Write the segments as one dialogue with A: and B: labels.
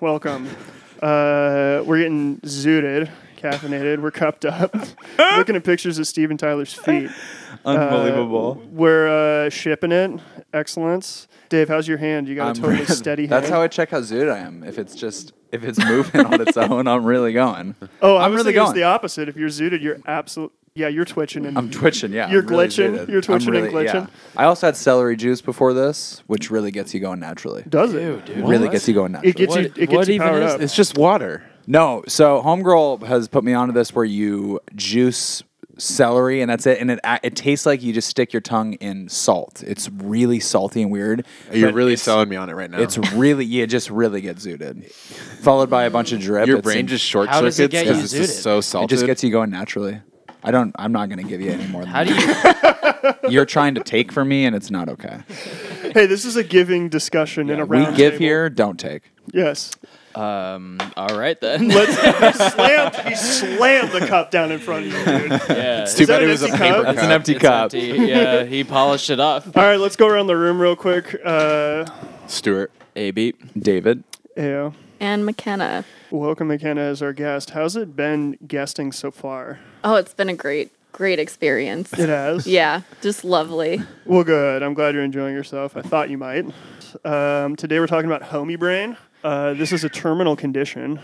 A: welcome. Uh, we're getting zooted, caffeinated. We're cupped up. Looking at pictures of Steven Tyler's feet.
B: Unbelievable.
A: Uh, we're uh, shipping it. Excellence. Dave, how's your hand? You got a totally steady hand.
B: That's how I check how zooted I am. If it's just if it's moving on its own, I'm really going.
A: oh, I
B: I'm
A: was
B: really
A: thinking it was
B: going.
A: the opposite. If you're zooted, you're absolute. Yeah, you're twitching and
B: I'm twitching. Yeah,
A: You're
B: I'm really
A: glitching?
B: zooted.
A: You're
B: I'm
A: twitching and
B: really-
A: glitching?
B: I also had celery juice before this, which really gets you going naturally.
A: does it?
C: Ew, dude.
B: It really gets you going naturally.
A: It gets you.
C: What-
A: It
C: what
A: gets you
C: even
A: powered
C: is
A: up.
C: this?
D: It's just water.
B: No, so Homegirl has put me onto this where you juice celery and that's it, and it a- it tastes like you just stick your tongue in salt. It's really salty and weird.
D: You're
B: but
D: really
B: it's,
D: selling me on it right now.
C: Oh.
B: It's really yeah, just really gets zooted, followed by a bunch of drip.
D: your
B: It's
D: brain
B: in-
D: just short
C: How does it
D: circuits
C: get
D: because
C: you
D: it's
C: zooted?
D: just so
B: it
D: salted.
B: just gets you going naturally. I don't. I'm not gonna give you any more. Than
C: How do you?
B: you? You're trying to take from me, and it's not okay.
A: Hey, this is a giving discussion in a
B: We
A: round.
B: give
A: table.
B: here, don't take.
A: Yes.
C: Um. All right then.
A: Let's, he slammed. He slammed the cup down in front of you, dude.
C: yeah.
D: Too
A: Is that
D: bad it
A: an
D: was a
A: empty
D: paper
A: cup?
D: cup.
B: It's an empty
C: It's
B: cup.
C: empty. Yeah. He polished it up.
A: All right, let's go around the room real quick. Uh,
D: Stuart.
C: A beep.
B: David,
A: yeah.
E: And McKenna.
A: Welcome McKenna as our guest. How's it been guesting so far?
E: Oh, it's been a great, great experience.
A: It has.
E: Yeah, just lovely.
A: Well, good. I'm glad you're enjoying yourself. I thought you might. Um, today we're talking about homie brain. Uh, this is a terminal condition.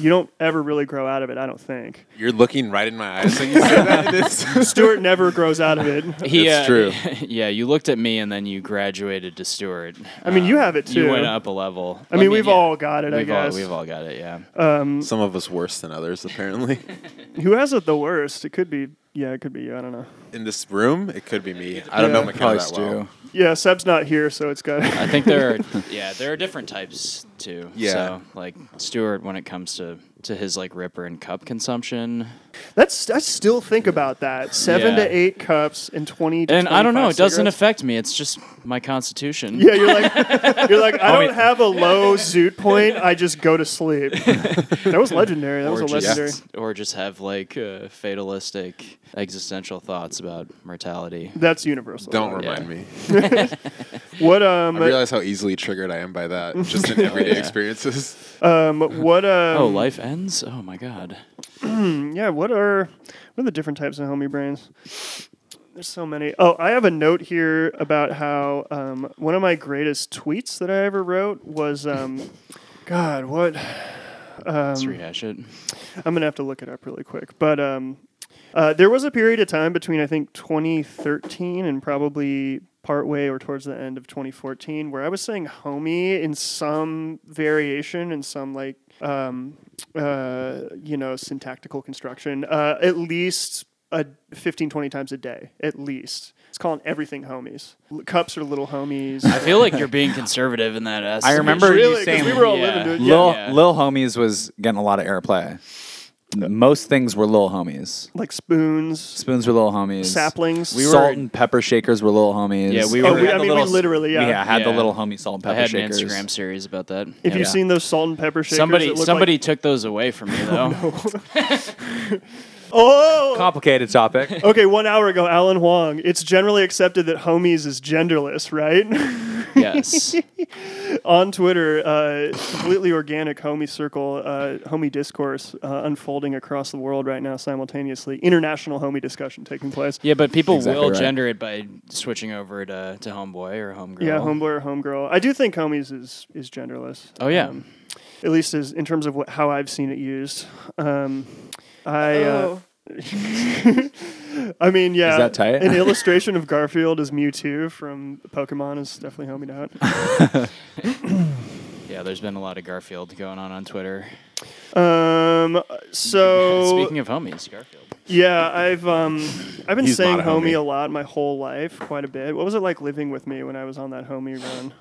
A: You don't ever really grow out of it, I don't think.
D: You're looking right in my eyes when you say that. It's-
A: Stuart never grows out of it.
C: He,
D: It's
C: uh,
D: true.
C: Yeah. You looked at me and then you graduated to Stewart.
A: I mean, you have it too.
C: You went up a level.
A: I mean, we've all got it, I
C: We've all,
A: guess.
C: we've all got it, yeah.
D: Some of us worse than others, apparently.
A: Who has it the worst? It could be, yeah, it could be, I don't know.
D: In this room, it could be me. I don't know
A: Yeah.
D: McKenna
B: probably
D: that well.
B: Stu.
A: Yeah, Seb's not here, so it's got.
C: I think there are, yeah, there are different types too.
D: Yeah.
C: So, like Stewart, when it comes to to his like ripper and cup consumption,
A: That's I still think about that. Seven
C: Yeah.
A: to eight cups and twenty. To
C: and I don't know,
A: 25
C: it doesn't
A: cigarettes.
C: affect me. It's just my constitution.
A: Yeah, you're like you're like I
B: Homie.
A: don't have a low zoot point. I just go to sleep. That was legendary. That was
C: Or
A: a legendary.
C: just, or just have like uh, fatalistic existential thoughts about mortality.
A: That's universal.
D: Don't remind
C: Yeah.
D: me.
A: What um
D: I realize how easily triggered I am by that, just in everyday experiences.
A: um what um
C: oh, life ends. Oh my God.
A: yeah what are what are the different types of homie brains? There's so many. Oh, I have a note here about how um, one of my greatest tweets that I ever wrote was um, God, what um,
C: Let's rehash it.
A: I'm gonna have to look it up really quick. But um, uh, there was a period of time between I think 2013 and probably partway or towards the end of 2014 where I was saying homie in some variation and some like um, uh, you know syntactical construction uh, at least uh 15 20 times a day at least. It's calling everything homies. L- Cups are little homies.
C: I feel like you're being conservative in that.
B: I remember
C: estimation.
A: really
B: you
A: because
B: saying
A: we were all
C: Yeah.
A: living to it. Yeah.
B: Lil,
C: Yeah.
B: Lil Homies was getting a lot of airplay. Most things were Lil Homies.
A: Like spoons,
B: Spoons were Lil Homies.
A: saplings.
C: We were-
B: salt and pepper shakers were Lil Homies.
C: Yeah, we
A: Oh,
C: were-
A: we, I
B: the
C: had
A: mean, we
B: little-
A: literally,
B: Yeah, had the
C: Yeah.
B: little homie salt and
C: I
B: pepper
C: had an
B: shakers.
C: Instagram series about that.
A: If
C: Yeah.
A: you've seen those salt and pepper shakers, that
C: somebody
A: look like-
C: somebody took those away from me though.
A: oh,
B: Complicated topic.
A: okay. One hour ago, Alan Huang. It's generally accepted that homies is genderless, right?
C: Yes.
A: On Twitter, uh, completely organic homie circle, uh, homie discourse uh, unfolding across the world right now simultaneously. International homie discussion taking place.
C: Yeah, but people
B: Exactly
C: will
B: right.
C: gender it by switching over to, to homeboy or homegirl.
A: Yeah, homeboy or homegirl. I do think homies is is genderless.
C: Oh yeah.
A: um, at least as in terms of what, how I've seen it used. Um, I.
E: Oh.
A: Uh, I mean, yeah.
B: that tight?
A: An illustration of Garfield is Mewtwo from Pokemon is definitely helping out.
C: yeah, there's been a lot of Garfield going on on Twitter.
A: Um, so
C: Speaking of homies, Garfield.
A: yeah, I've um, I've been
B: He's
A: saying
B: not a homie.
A: homie. a lot my whole life, quite a bit. What was it like living with me when I was on that homie run?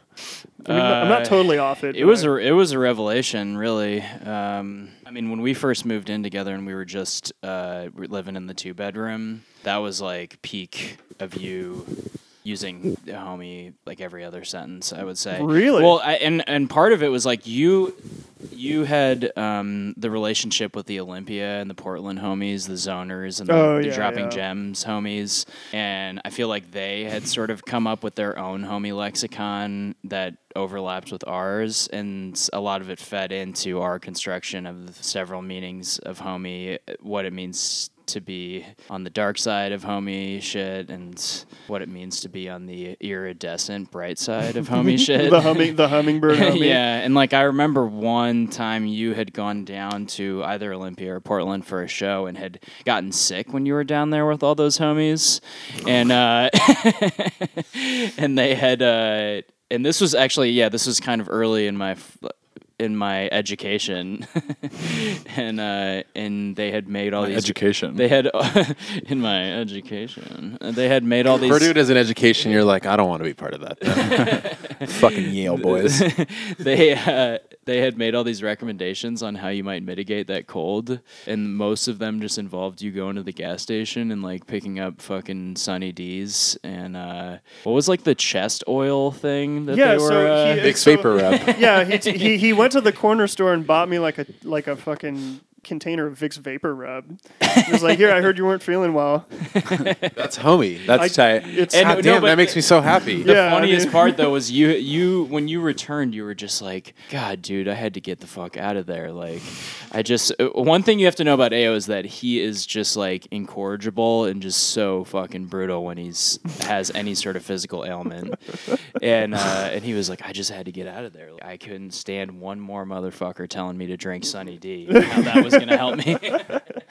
A: I mean, I'm
C: Uh,
A: not totally off it.
C: It
A: but
C: was
A: I-
C: a it was a revelation, really. Um, I mean, when we first moved in together and we were just uh, we were living in the two bedroom, that was like peak of you using the homie like every other sentence. I would say.
A: Really?
C: Well, I, and and part of it was like you you had um, the relationship with the Olympia and the Portland homies, the Zoners and the,
A: Oh,
C: the
A: yeah,
C: Dropping
A: yeah.
C: Gems homies, and I feel like they had sort of come up with their own homie lexicon that overlapped with ours, and s- a lot of it fed into our construction of several meanings of homie, what it means to be on the dark side of homie shit and what it means to be on the iridescent bright side of homie shit
A: the humming, the hummingbird. Homie.
C: yeah, and like I remember one time you had gone down to either Olympia or Portland for a show and had gotten sick when you were down there with all those homies, and uh, and they had uh, and this was actually yeah this was kind of early in my f- in my education, and uh, and they had made all these
B: education.
C: They had in my education they had made all these
D: Purdue does an education. You're like, I don't want to be part of that. then."
B: Fucking Yale boys.
C: they uh, they had made all these recommendations on how you might mitigate that cold, and most of them just involved you going to the gas station and like picking up fucking Sunny D's and uh, what was like the chest oil thing that
A: Yeah,
C: they were.
A: so
C: uh,
A: he-
D: Big vapor rub.
A: yeah, he, t- he he went to the corner store and bought me like a like a fucking container of Vicks Vapor Rub. He was like, "Here, I heard you weren't feeling well."
D: That's homie.
B: That's
D: That's
B: tight.
A: It's
C: And-
D: God
C: no,
D: damn,
C: but
D: that makes me so happy.
A: Yeah.
C: the funniest
A: I mean-
C: part though was you you when you returned you were just like god dude i had to get the fuck out of there like i just uh, one thing you have to know about ao is that he is just like incorrigible and just so fucking brutal when he's has any sort of physical ailment and uh, and he was like i just had to get out of there Like, i couldn't stand one more motherfucker telling me to drink sunny d how that was gonna help me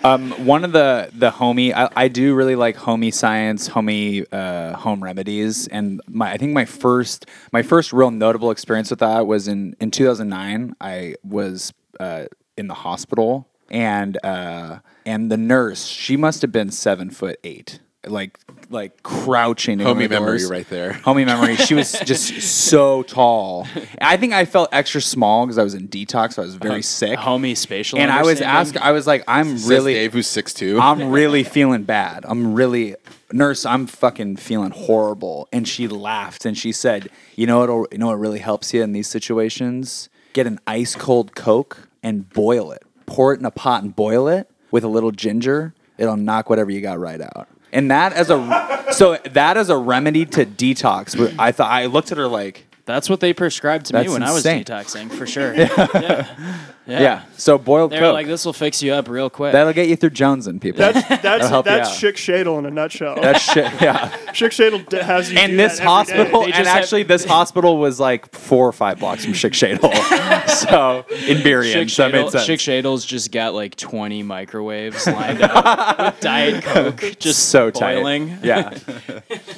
B: Um, one of the the homey, I, I do really like homey science, homey uh, home remedies, and my I think my first my first real notable experience with that was in in 2009. I was uh, in the hospital, and uh, and the nurse, she must have been seven foot eight. Like, like crouching. in
D: Homey
B: one of the
D: memory
B: doors.
D: right there.
B: Homie memory. She was just so tall. I think I felt extra small because I was in detox. So I was
D: Uh-huh.
B: very sick.
C: homie spatial
B: and I was
C: understanding.
B: asking. I was like, I'm
D: Really,
B: really.
D: Dave, who's six two.
B: I'm really feeling bad. I'm really nurse. I'm fucking feeling horrible. And she laughed and she said, "You know what? You know what really helps you in these situations? Get an ice cold Coke and boil it. Pour it in a pot and boil it with a little ginger. It'll knock whatever you got right out." And that as a so that as a remedy to detox. wh- I thought I looked at her like,
C: that's what they prescribed to me
B: That's
C: when
B: insane.
C: i was detoxing for sure yeah
B: yeah. So boiled
C: They were
B: Coke.
C: like, this will fix you up real quick.
B: That'll get you through Jonesing, people.
A: That's that's
B: help you
A: that's
B: out.
A: Chick Shadle in a nutshell.
B: That's shit. Yeah.
A: Chick Shadle d- has you. do
B: and this
A: that every day.
B: hospital,
C: They
B: and
C: just have-
B: actually, this hospital was like four or five blocks from Chick Shadle, so in Berrien,
C: Chick
B: so that made
C: Shadle,
B: sense.
C: Chick Shadle's just got like 20 microwaves lined up with Diet Coke just
B: so tight.
C: boiling.
B: Yeah,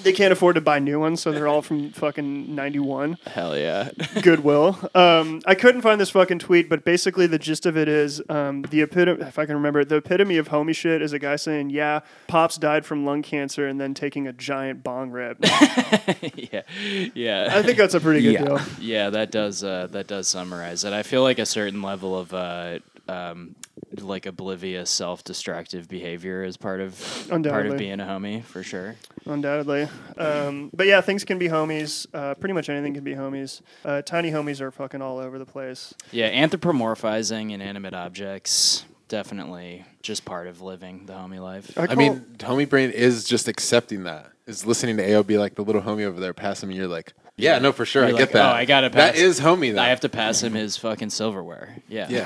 A: They can't afford to buy new ones, so they're all from fucking '91.
C: Hell yeah.
A: Goodwill. Um, I couldn't find this fucking tweet, but basically the gist of it is um, the epitome. If I can remember, it, the epitome of homie shit is a guy saying, "Yeah, pops died from lung cancer," and then taking a giant bong rip.
C: Yeah. Yeah.
A: I think that's a pretty good
B: Yeah.
A: deal.
C: yeah, that does uh, that does summarize it. I feel like a certain level of uh, um, like oblivious self-destructive behavior is part of part
A: Undoubtedly.
C: of being a homie for sure.
A: Undoubtedly. Um, but yeah, things can be homies. Uh, pretty much anything can be homies. Uh, tiny homies are fucking all over the place.
C: Yeah, anthropomorphizing inanimate objects definitely just part of living the homie life.
A: I,
D: I
A: call-
D: mean, homie brain is just accepting that. Is listening to AO be like the little homie over there pass him, and you're like, yeah, no, for sure, I
C: You're
D: get
C: like,
D: that.
C: "Oh, I gotta
D: That
C: pass-
D: is homie. Though.
C: I have to pass him his fucking silverware. Yeah.
D: Yeah,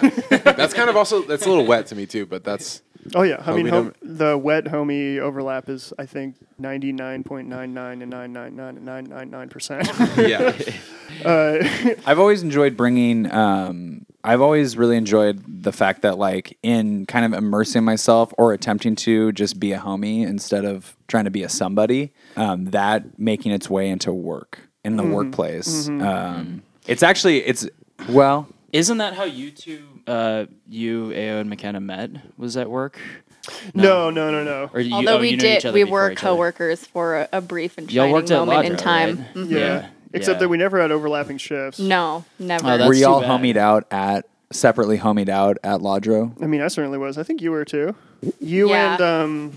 D: that's kind of also that's a little wet to me too, but that's
A: oh yeah, I mean,
D: homie
A: hom- the wet homie overlap is I think ninety nine point nine nine and nine nine nine nine nine nine percent.
D: yeah.
B: I've always enjoyed bringing. Um, I've always really enjoyed the fact that, like, in kind of immersing myself or attempting to just be a homie instead of trying to be a somebody, um, that making its way into work in the
C: Mm-hmm.
B: workplace. Um, it's actually it's well.
C: Isn't that how you two, uh, you Ao and McKenna met? Was at work?
A: No, no, no, no.
C: Or you,
E: Although
C: oh,
E: we
C: you knew each
E: did,
C: other
E: we
C: before
E: were
C: each other.
E: coworkers for a, a brief and
C: Y'all
E: shining
C: worked at
E: moment in
C: Lodger,
E: time.
C: right?
E: Mhm.
A: Yeah.
C: Yeah.
A: Except
C: Yeah.
A: that we never had overlapping shifts.
E: No, never.
C: Oh,
B: Were
C: that's- too
B: y'all
C: bad.
B: homied out at separately homied out at Lodro?
A: I mean, I certainly was. I think you were too. You
E: Yeah.
A: and um,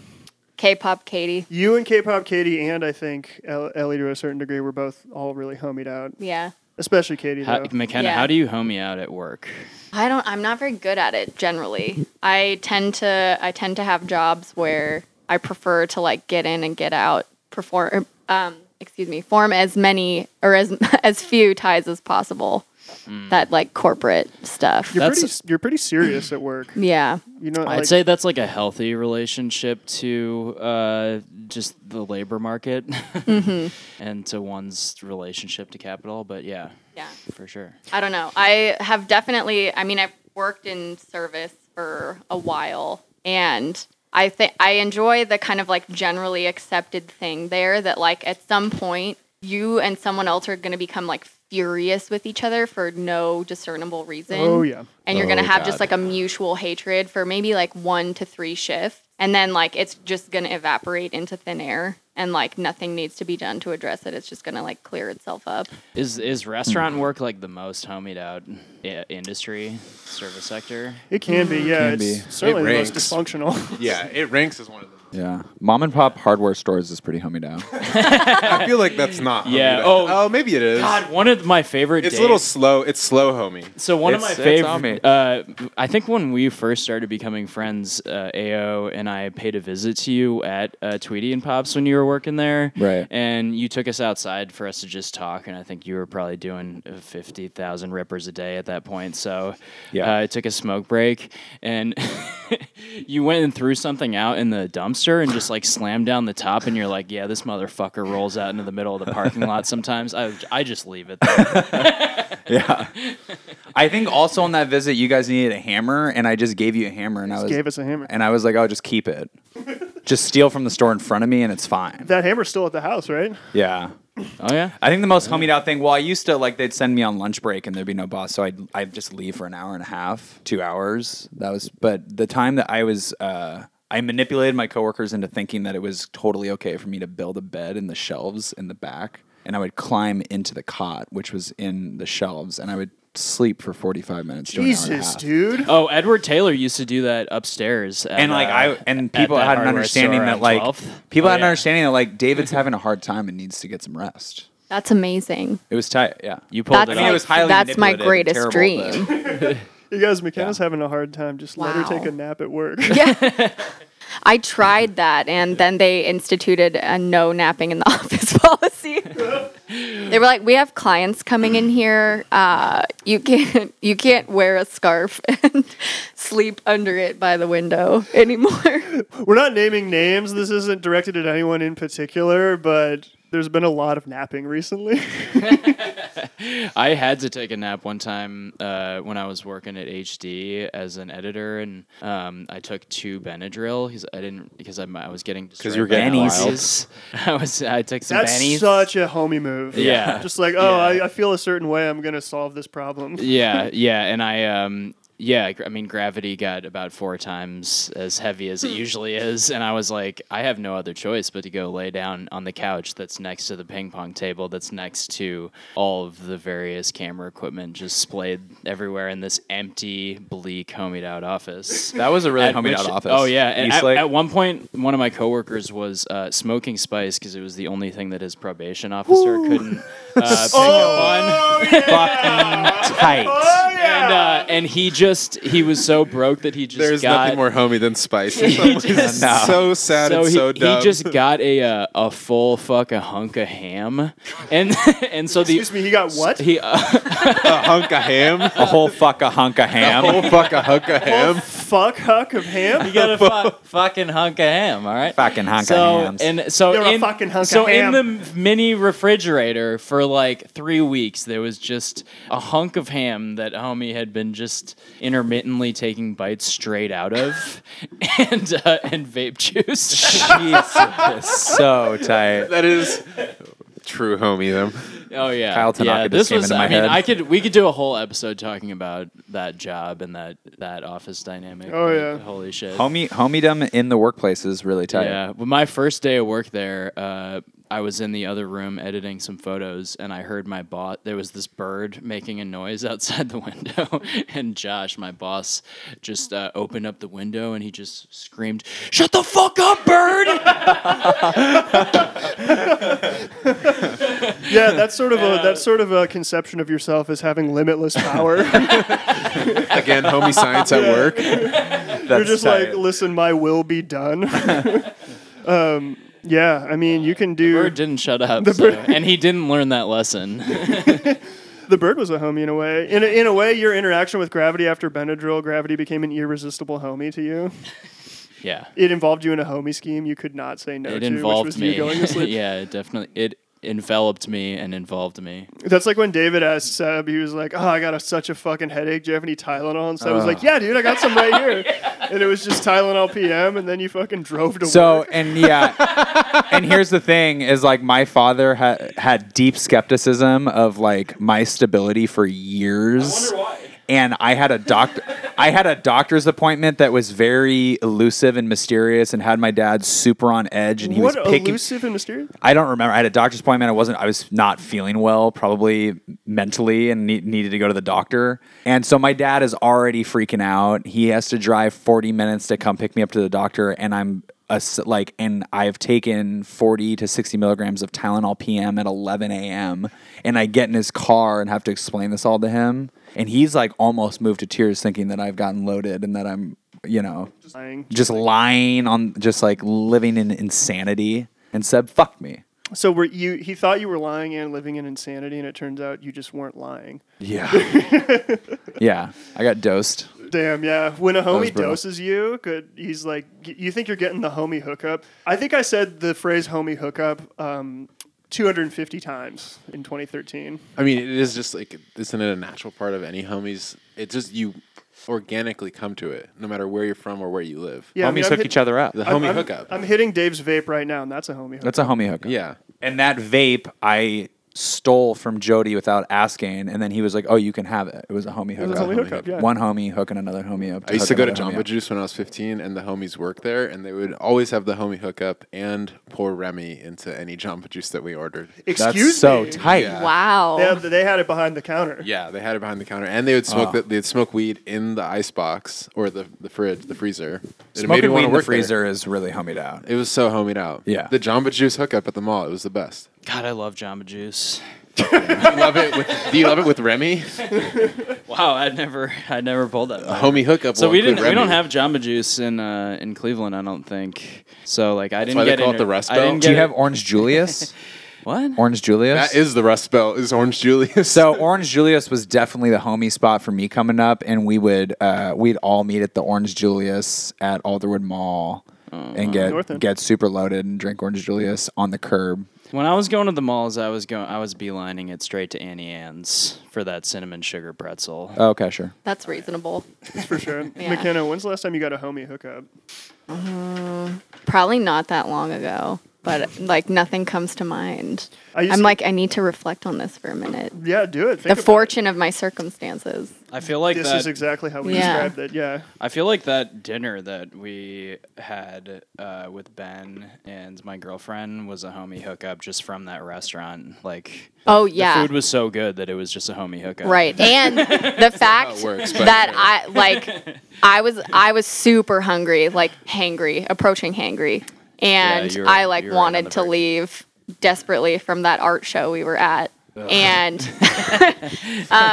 E: K-pop Katie.
A: you and K-pop Katie and I think El- Ellie to a certain degree were both all really homied out.
E: Yeah.
A: especially Katie.
C: How,
A: Though.
C: McKenna,
E: Yeah.
C: how do you hoe me out at work?
E: I don't. I'm not very good at it generally. I tend to. I tend to have jobs where I prefer to like get in and get out. Perform. Um, excuse me. Form as many or as as few ties as possible.
C: Mm.
E: That like corporate stuff.
A: You're
C: That's-
A: pretty. You're pretty serious at work.
E: Yeah.
A: You know, like,
C: I'd say that's like a healthy relationship to uh, just the labor market
E: Mm-hmm.
C: and to one's relationship to capital. But yeah,
E: Yeah.
C: for sure.
E: I don't know. I have definitely. I mean, I've worked in service for a while, and I think I enjoy the kind of like generally accepted thing there that like at some point you and someone else are going to become like furious with each other for no discernible reason.
A: Oh, yeah.
E: And you're going
D: Oh,
E: to have
D: God.
E: just like a mutual hatred for maybe like one to three shifts, and then like it's just going to evaporate into thin air. And like nothing needs to be done to address it. It's just gonna like clear itself up.
C: Is is restaurant work like the most homied out i- industry service sector?
A: it can be. Yeah,
B: Can
A: it's
B: be.
A: certainly
D: It
A: the most
D: ranks.
A: dysfunctional.
D: Yeah, it ranks as one of them.
B: Yeah, mom and pop hardware stores is pretty homie down.
D: I feel like that's not.
C: Yeah,
D: homie.
C: oh.
D: oh, maybe it is.
C: God, one of my favorite.
D: it's
C: days,
D: a little slow. It's slow, homie.
C: So one
B: It's-
C: of my
B: it's on me.
C: favorite, uh, I think when we first started becoming friends, uh, Ao and I paid a visit to you at uh, Tweety and Pops when you were working there,
B: Right.
C: And you took us outside for us to just talk, and I think you were probably doing uh, fifty thousand rippers a day at that point. So
B: Yeah.
C: uh, I took a smoke break, and you went and threw something out in the dumpster and just like slammed down the top, and you're like, "Yeah, this motherfucker rolls out into the middle of the parking lot sometimes." I I just leave it. There.
B: yeah, I think also on that visit you guys needed a hammer, and I just gave you a hammer, and I was
A: gave us a hammer.
B: and I was like, oh, just keep it, just steal from the store in front of me, and it's fine.
A: that hammer's still at the house, right?
B: yeah.
C: Oh yeah.
B: I think the most homied out thing. Well, I used to like they'd send me on lunch break and there'd be no boss, so I'd I'd just leave for an hour and a half, two hours. That was, but the time that I was, uh, I manipulated my coworkers into thinking that it was totally okay for me to build a bed in the shelves in the back, and I would climb into the cot, which was in the shelves, and I would sleep for forty five minutes. to an hour and a
A: Jesus,
B: half.
A: dude.
C: Oh, Edward Taylor used to do that upstairs. at,
B: and like
C: uh,
B: I and
C: at
B: people
C: that
B: had an
C: hardware
B: understanding
C: store
B: that
C: on
B: like
C: 12th.
B: people
C: Oh,
B: had an
C: yeah.
B: understanding that like David's having a hard time and needs to get some rest.
E: That's amazing.
B: It was tight, yeah.
C: You pulled
E: That's
C: it
B: I mean,
E: like-
B: it
C: off.
B: was highly
E: that's my
B: manipulated and
E: greatest
B: terrible,
E: dream.
B: but-
A: You guys, McKenna's having a hard time. Just let her
E: Wow.
A: take a nap at work.
E: Yeah. I tried that, and then they instituted a no napping in the office policy. they were like, "We have clients coming in here. Uh, you can't you can't wear a scarf and sleep under it by the window anymore."
A: We're not naming names. This isn't directed at anyone in particular, but there's been a lot of napping recently.
C: I had to take a nap one time uh, when I was working at HD as an editor, and um, I took two Benadryl because I didn't because I'm, I was getting because
D: you were getting
C: I was I took some
A: That's
C: Bennies.
A: such a homie move.
C: Yeah.
A: Just like, oh,
C: Yeah.
A: I, I feel a certain way. I'm going to solve this problem.
C: yeah, yeah, and I um yeah, gr- I mean gravity got about four times as heavy
B: Hmm.
C: as it usually is, and I was like, I have no other choice but to go lay down on the couch that's next to the ping pong table that's next to all of the various camera equipment just splayed everywhere in this empty, bleak, homied out office.
B: That was a really
C: At
B: homied out
C: which-
B: office.
C: Oh yeah, and at,
B: Eastlake.
C: at one point, one of my coworkers was uh, smoking spice because it was the only thing that his probation officer couldn't uh, pick
B: Oh!
C: up on.
B: fucking
A: Oh,
B: tight.
A: yeah.
C: And uh, and he just he was so broke that he just
D: There's
C: got
D: nothing more homie than spice.
C: just-
D: It's so sad
C: so
D: and
C: he,
D: so
C: he
D: dumb.
C: just got a uh, a full fuck a hunk of ham, and and so the
A: Excuse me, he got what?
C: he uh,
D: a hunk of ham.
B: A whole fuck a hunk of ham.
D: Oh fuck, a hunk of ham.
A: Fuck huck of ham?
C: he got a fu- fucking hunk of ham. All right,
B: Fucking hunk
C: so
B: of hams.
C: and so
A: You're a
C: in,
A: fucking hunk
C: so
A: of ham.
C: in the mini refrigerator for like three weeks there was just a hunk of ham that homie had been just intermittently taking bites straight out of and uh, and vape juice
B: Jesus, so tight.
D: That is true, homie. Them.
C: oh yeah
B: Kyle Tanaka
C: yeah,
B: just
C: this
B: came
C: was
B: into my
C: I mean
B: head.
C: I could we could do a whole episode talking about that job and that that office dynamic
A: Oh,
C: Like,
A: yeah.
C: holy shit
B: Homie, homiedom in the workplace is really tight.
C: Yeah. Well, my first day of work there, uh, I was in the other room editing some photos, and I heard my boss. There was this bird making a noise outside the window, and Josh, my boss, just uh, opened up the window and he just screamed, "Shut the fuck up, bird!"
A: yeah, that's sort of a that's sort of a conception of yourself as having limitless power.
D: Again, homie science at work.
A: You're just
B: tight.
A: like, listen, my will be done. um, yeah, I mean, you can do.
C: Bird didn't shut up, so- and he didn't learn that lesson.
A: the bird was a homie in a way. In a, in a way, your interaction with gravity after Benadryl, gravity became an irresistible homie to you.
C: yeah,
A: It involved you in a homie scheme you could not say no
C: it
A: to, which was
C: involved me.
A: you going to sleep.
C: yeah, it definitely. It enveloped me and involved me.
A: That's like when David asked Seb, he was like, "Oh, I got a, such a fucking headache. Do you have any Tylenol?" And Seb was
C: Uh.
A: like, "Yeah, dude, I got some right here." And it was just Tylenol PM, and then you fucking drove to
B: So
A: work.
B: and yeah, and here's the thing: is like my father ha- had deep skepticism of like my stability for years. And I had a doctor, I had a doctor's appointment that was very elusive and mysterious, and had my dad super on edge, and he
A: what
B: was picking.
A: elusive and mysterious.
B: I don't remember. I had a doctor's appointment. I wasn't. I was not feeling well, probably mentally, and ne- needed to go to the doctor. And so my dad is already freaking out. He has to drive 40 minutes to come pick me up to the doctor, and I'm a s like, and I've taken 40 to 60 milligrams of Tylenol PM at 11 a.m. And I get in his car and have to explain this all to him, and he's like almost moved to tears, thinking that I've gotten loaded and that I'm, you know,
A: Lying.
B: just lying on just like living in insanity and said fuck me
A: So were you? He thought you were lying and living in insanity, and it turns out you just weren't lying.
B: yeah yeah i got dosed
A: Damn, yeah. When a
B: was
A: homie
B: brutal.
A: doses you, good. He's like, y- you think you're getting the homie hookup. I think I said the phrase homie hookup um, 250 times in 2013.
D: I mean, it is just like isn't it a natural part of any homies? It's just you organically come to it, no matter where you're from or where you live.
A: Yeah, I
B: homies
A: mean, I'm
B: hook
A: hit-
B: each other up
D: the
A: I'm-
D: homie
A: I'm-
D: hookup.
A: I'm hitting Dave's vape right now, and that's a homie hookup.
B: that's a homie hookup
D: yeah,
B: and that vape i stole from jody without asking and then he was like oh you can have it it was a homie
A: It
B: hookup,
A: was a homie hookup, yeah.
B: one homie hooking another homie up
D: I used to
B: hook
D: go to
B: another homie
D: Jamba
B: up.
D: Juice when I was 15, and the homies worked there, and they would always have the homie hookup and pour Remy into any Jamba Juice that we ordered.
A: Excuse
B: that's
A: me.
B: so tight
D: Yeah.
E: Wow.
A: They had, they had it behind the counter.
D: Yeah, they had it behind the counter, and they would
B: Ah.
D: smoke. The, they'd smoke weed in the ice box or the the fridge, the freezer. It made me
B: smoking
D: wanna
B: weed in the
D: work there.
B: freezer is really homied out
D: It was so homied out.
B: Yeah.
D: the Jamba Juice hookup at the mall. It was the best.
C: God, I love Jamba Juice.
D: Do you love it with? Do you love it with Remy?
C: Wow, I never, I never pulled that.
D: A homie hookup.
C: So
D: will
C: we
D: include
C: didn't. We don't
D: Remy.
C: have Jamba Juice in uh, in Cleveland, I don't think. So like, I didn't
D: why they
C: get
D: call it
C: inter-
D: the Rust
C: I
D: Belt.
C: didn't
D: Do
B: do you
C: get-
B: have orange julius
C: what?
B: orange julius
D: That is the Rust Belt. Is Orange Julius?
B: So Orange Julius was definitely the homie spot for me coming up, and we would uh, we'd all meet at the Orange Julius at Alderwood Mall and
A: North
B: get
A: End.
B: get super loaded and drink Orange Julius on the curb.
C: When I was going to the malls, I was going. I was beelining it straight to Annie Ann's for that cinnamon sugar pretzel.
B: Oh, okay, sure.
E: That's reasonable.
A: for sure.
E: Yeah.
A: McKenna, when's the last time you got a homie hookup?
E: Probably not that long ago, but like nothing comes to mind.
A: I used
E: I'm
A: to-
E: like, I need to reflect on this for a minute.
A: Yeah, do it. Think
E: The
A: about
E: fortune of my circumstances.
C: I feel like
A: it. This
C: that.
A: is exactly how we
E: Yeah.
A: described it. Yeah.
C: I feel like that dinner that we had uh, with Ben and my girlfriend was a homie hookup just from that restaurant. Like,
E: Oh
C: the
E: yeah,
C: food was so good that it was just a homie hookup.
E: right. And the fact
D: it works, but-
E: that I like, I was I was super hungry, like hangry, approaching hangry, and
C: you were-
E: I like
C: you were right on
E: wanted
C: the
E: to
C: verge.
E: leave desperately from that art show we were at, and. um,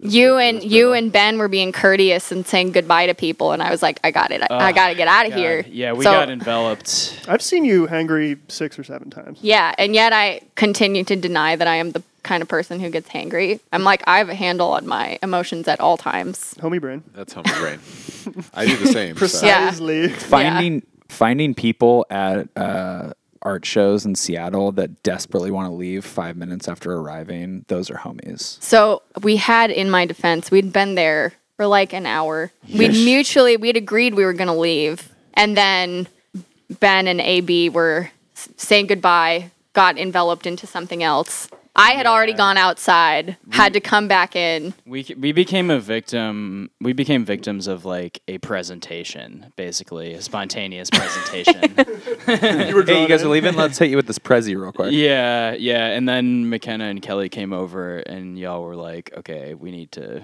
E: you and you and Ben were being courteous and saying goodbye to people, and I was like, I got it, I, I got to get out of
C: God,
E: here.
C: Yeah, we
E: So-
C: got enveloped.
A: I've seen you hangry six or seven times.
E: Yeah, and yet I continue to deny that I am the kind of person who gets hangry. I'm like I have a handle on my emotions at all times.
A: Homie brain.
D: That's homie brain. I do the same. so.
E: Yeah.
A: Precisely.
B: Finding finding people at uh, art shows in Seattle that desperately want to leave five minutes after arriving. Those are homies.
E: So we had, in my defense, we'd been there for like an hour. We'd mutually we'd agreed we were gonna leave, and then Ben and AB were s- saying goodbye. Got enveloped into something else. I had already gone outside, had to come back in.
C: We c- we became a victim. We became victims of like a presentation, basically a spontaneous presentation.
B: Hey, you guys are leaving. Let's hit you with this prezi real quick.
C: yeah, yeah. And then McKenna and Kelly came over, and y'all were like, "Okay, we need to,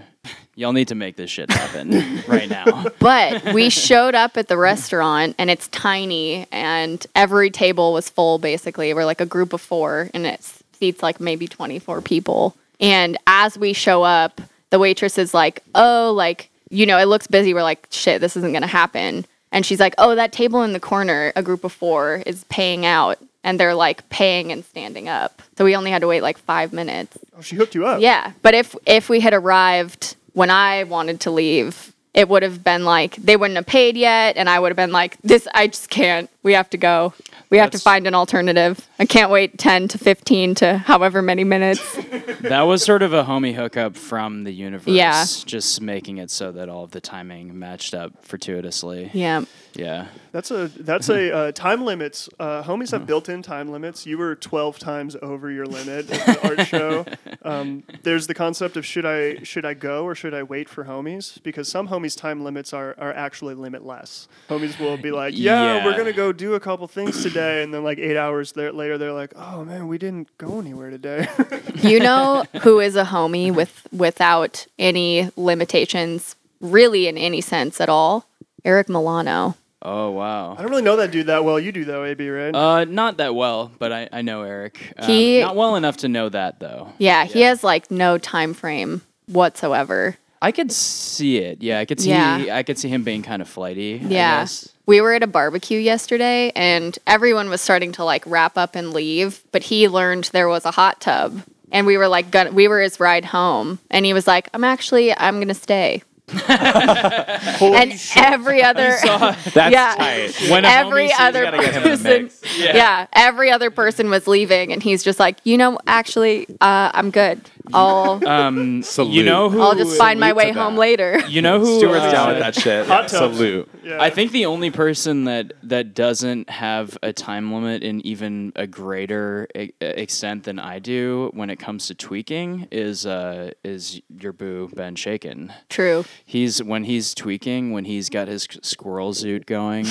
C: y'all need to make this shit happen right now."
E: But we showed up at the restaurant and it's tiny and every table was full basically. We're like a group of four and it's seats like maybe 24 people. And as we show up, the waitress is like, oh, like, you know, it looks busy. We're like, shit, this isn't going to happen. And she's like, oh, that table in the corner, a group of four, is paying out. And they're like paying and standing up. So we only had to wait like five minutes.
A: Oh, she hooked you up.
E: Yeah, but if if we had arrived when I wanted to leave, it would have been like they wouldn't have paid yet, and I would have been like, "This, I just can't. We have to go. We have
C: That's-
E: to find an alternative. I can't wait ten to fifteen to however many minutes."
C: That was sort of a homie hookup from the universe.
E: Yeah.
C: Just making it so that all of the timing matched up fortuitously.
E: yeah,
C: Yeah.
A: That's a that's a uh, time limits. Uh, homies have built-in time limits. You were twelve times over your limit at the art show. Um, there's the concept of should I should I go or should I wait for homies? Because some homies' time limits are are actually limitless. Homies will be like, yeah,
C: Yeah.
A: we're gonna go do a couple things today, and then like eight hours there, later, they're like, oh man, we didn't go anywhere today.
E: you know who is a homie with without any limitations, really in any sense at all? Eric Milano.
C: Oh wow.
A: I don't really know that dude that well. You do though, AB, right?
C: Uh, not that well, but I, I know Eric. Um,
E: He-
C: not well enough to know that though.
E: Yeah, he has like no time frame whatsoever.
C: I could see it. Yeah, I could see.
E: Yeah.
C: I could see him being kind of flighty. I
E: Yeah.
C: guess.
E: We were at a barbecue yesterday and everyone was starting to like wrap up and leave, but he learned there was a hot tub and we were like gun- we were his ride home and he was like, "I'm actually I'm going to stay."
A: Holy
E: and every other
B: That's
E: Yeah.
B: tight.
C: When a homie
E: every
C: sees-
E: other
B: get him in the
E: person
B: mix.
E: yeah. every other person was leaving and he's just like, "You know, actually uh, I'm good. I'll
C: Um,
D: Salute.
C: you know who?
E: I'll just find my
D: salute
E: way
D: to that.
E: home later."
C: You know who?
B: Stuart's
C: uh,
B: down with that shit.
A: Hot tubs.
B: Salute.
A: yeah.
C: I think the only person that that doesn't have a time limit in even a greater e- extent than I do when it comes to tweaking is uh is your boo Ben Shaken.
E: True.
C: He's when he's tweaking, when he's got his squirrel zoot going,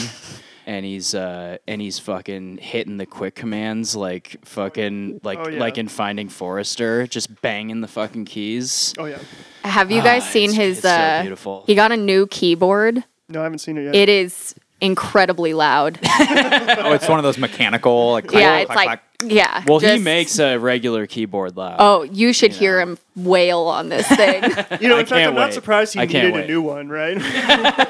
C: and he's uh and he's fucking hitting the quick commands like fucking like
A: Oh, yeah.
C: like in Finding Forrester, just banging the fucking keys.
A: Oh yeah.
E: Have you guys
C: Ah,
E: seen
C: it's-
E: his
C: it's so
E: uh
C: beautiful.
E: he got a new keyboard.
A: No, I haven't seen it yet.
E: It is incredibly loud.
B: Oh, it's one of those mechanical, like, clack,
E: yeah,
B: clack,
E: it's
B: clack,
E: like
B: clack.
E: yeah.
C: Well, he
E: just-
C: makes a regular keyboard loud.
E: Oh, you should hear him wail on this thing.
A: You know, in
C: I
A: fact,
C: can't
A: I'm not
C: wait.
A: surprised he
C: I can't
A: needed a
C: wait.
A: new one, right?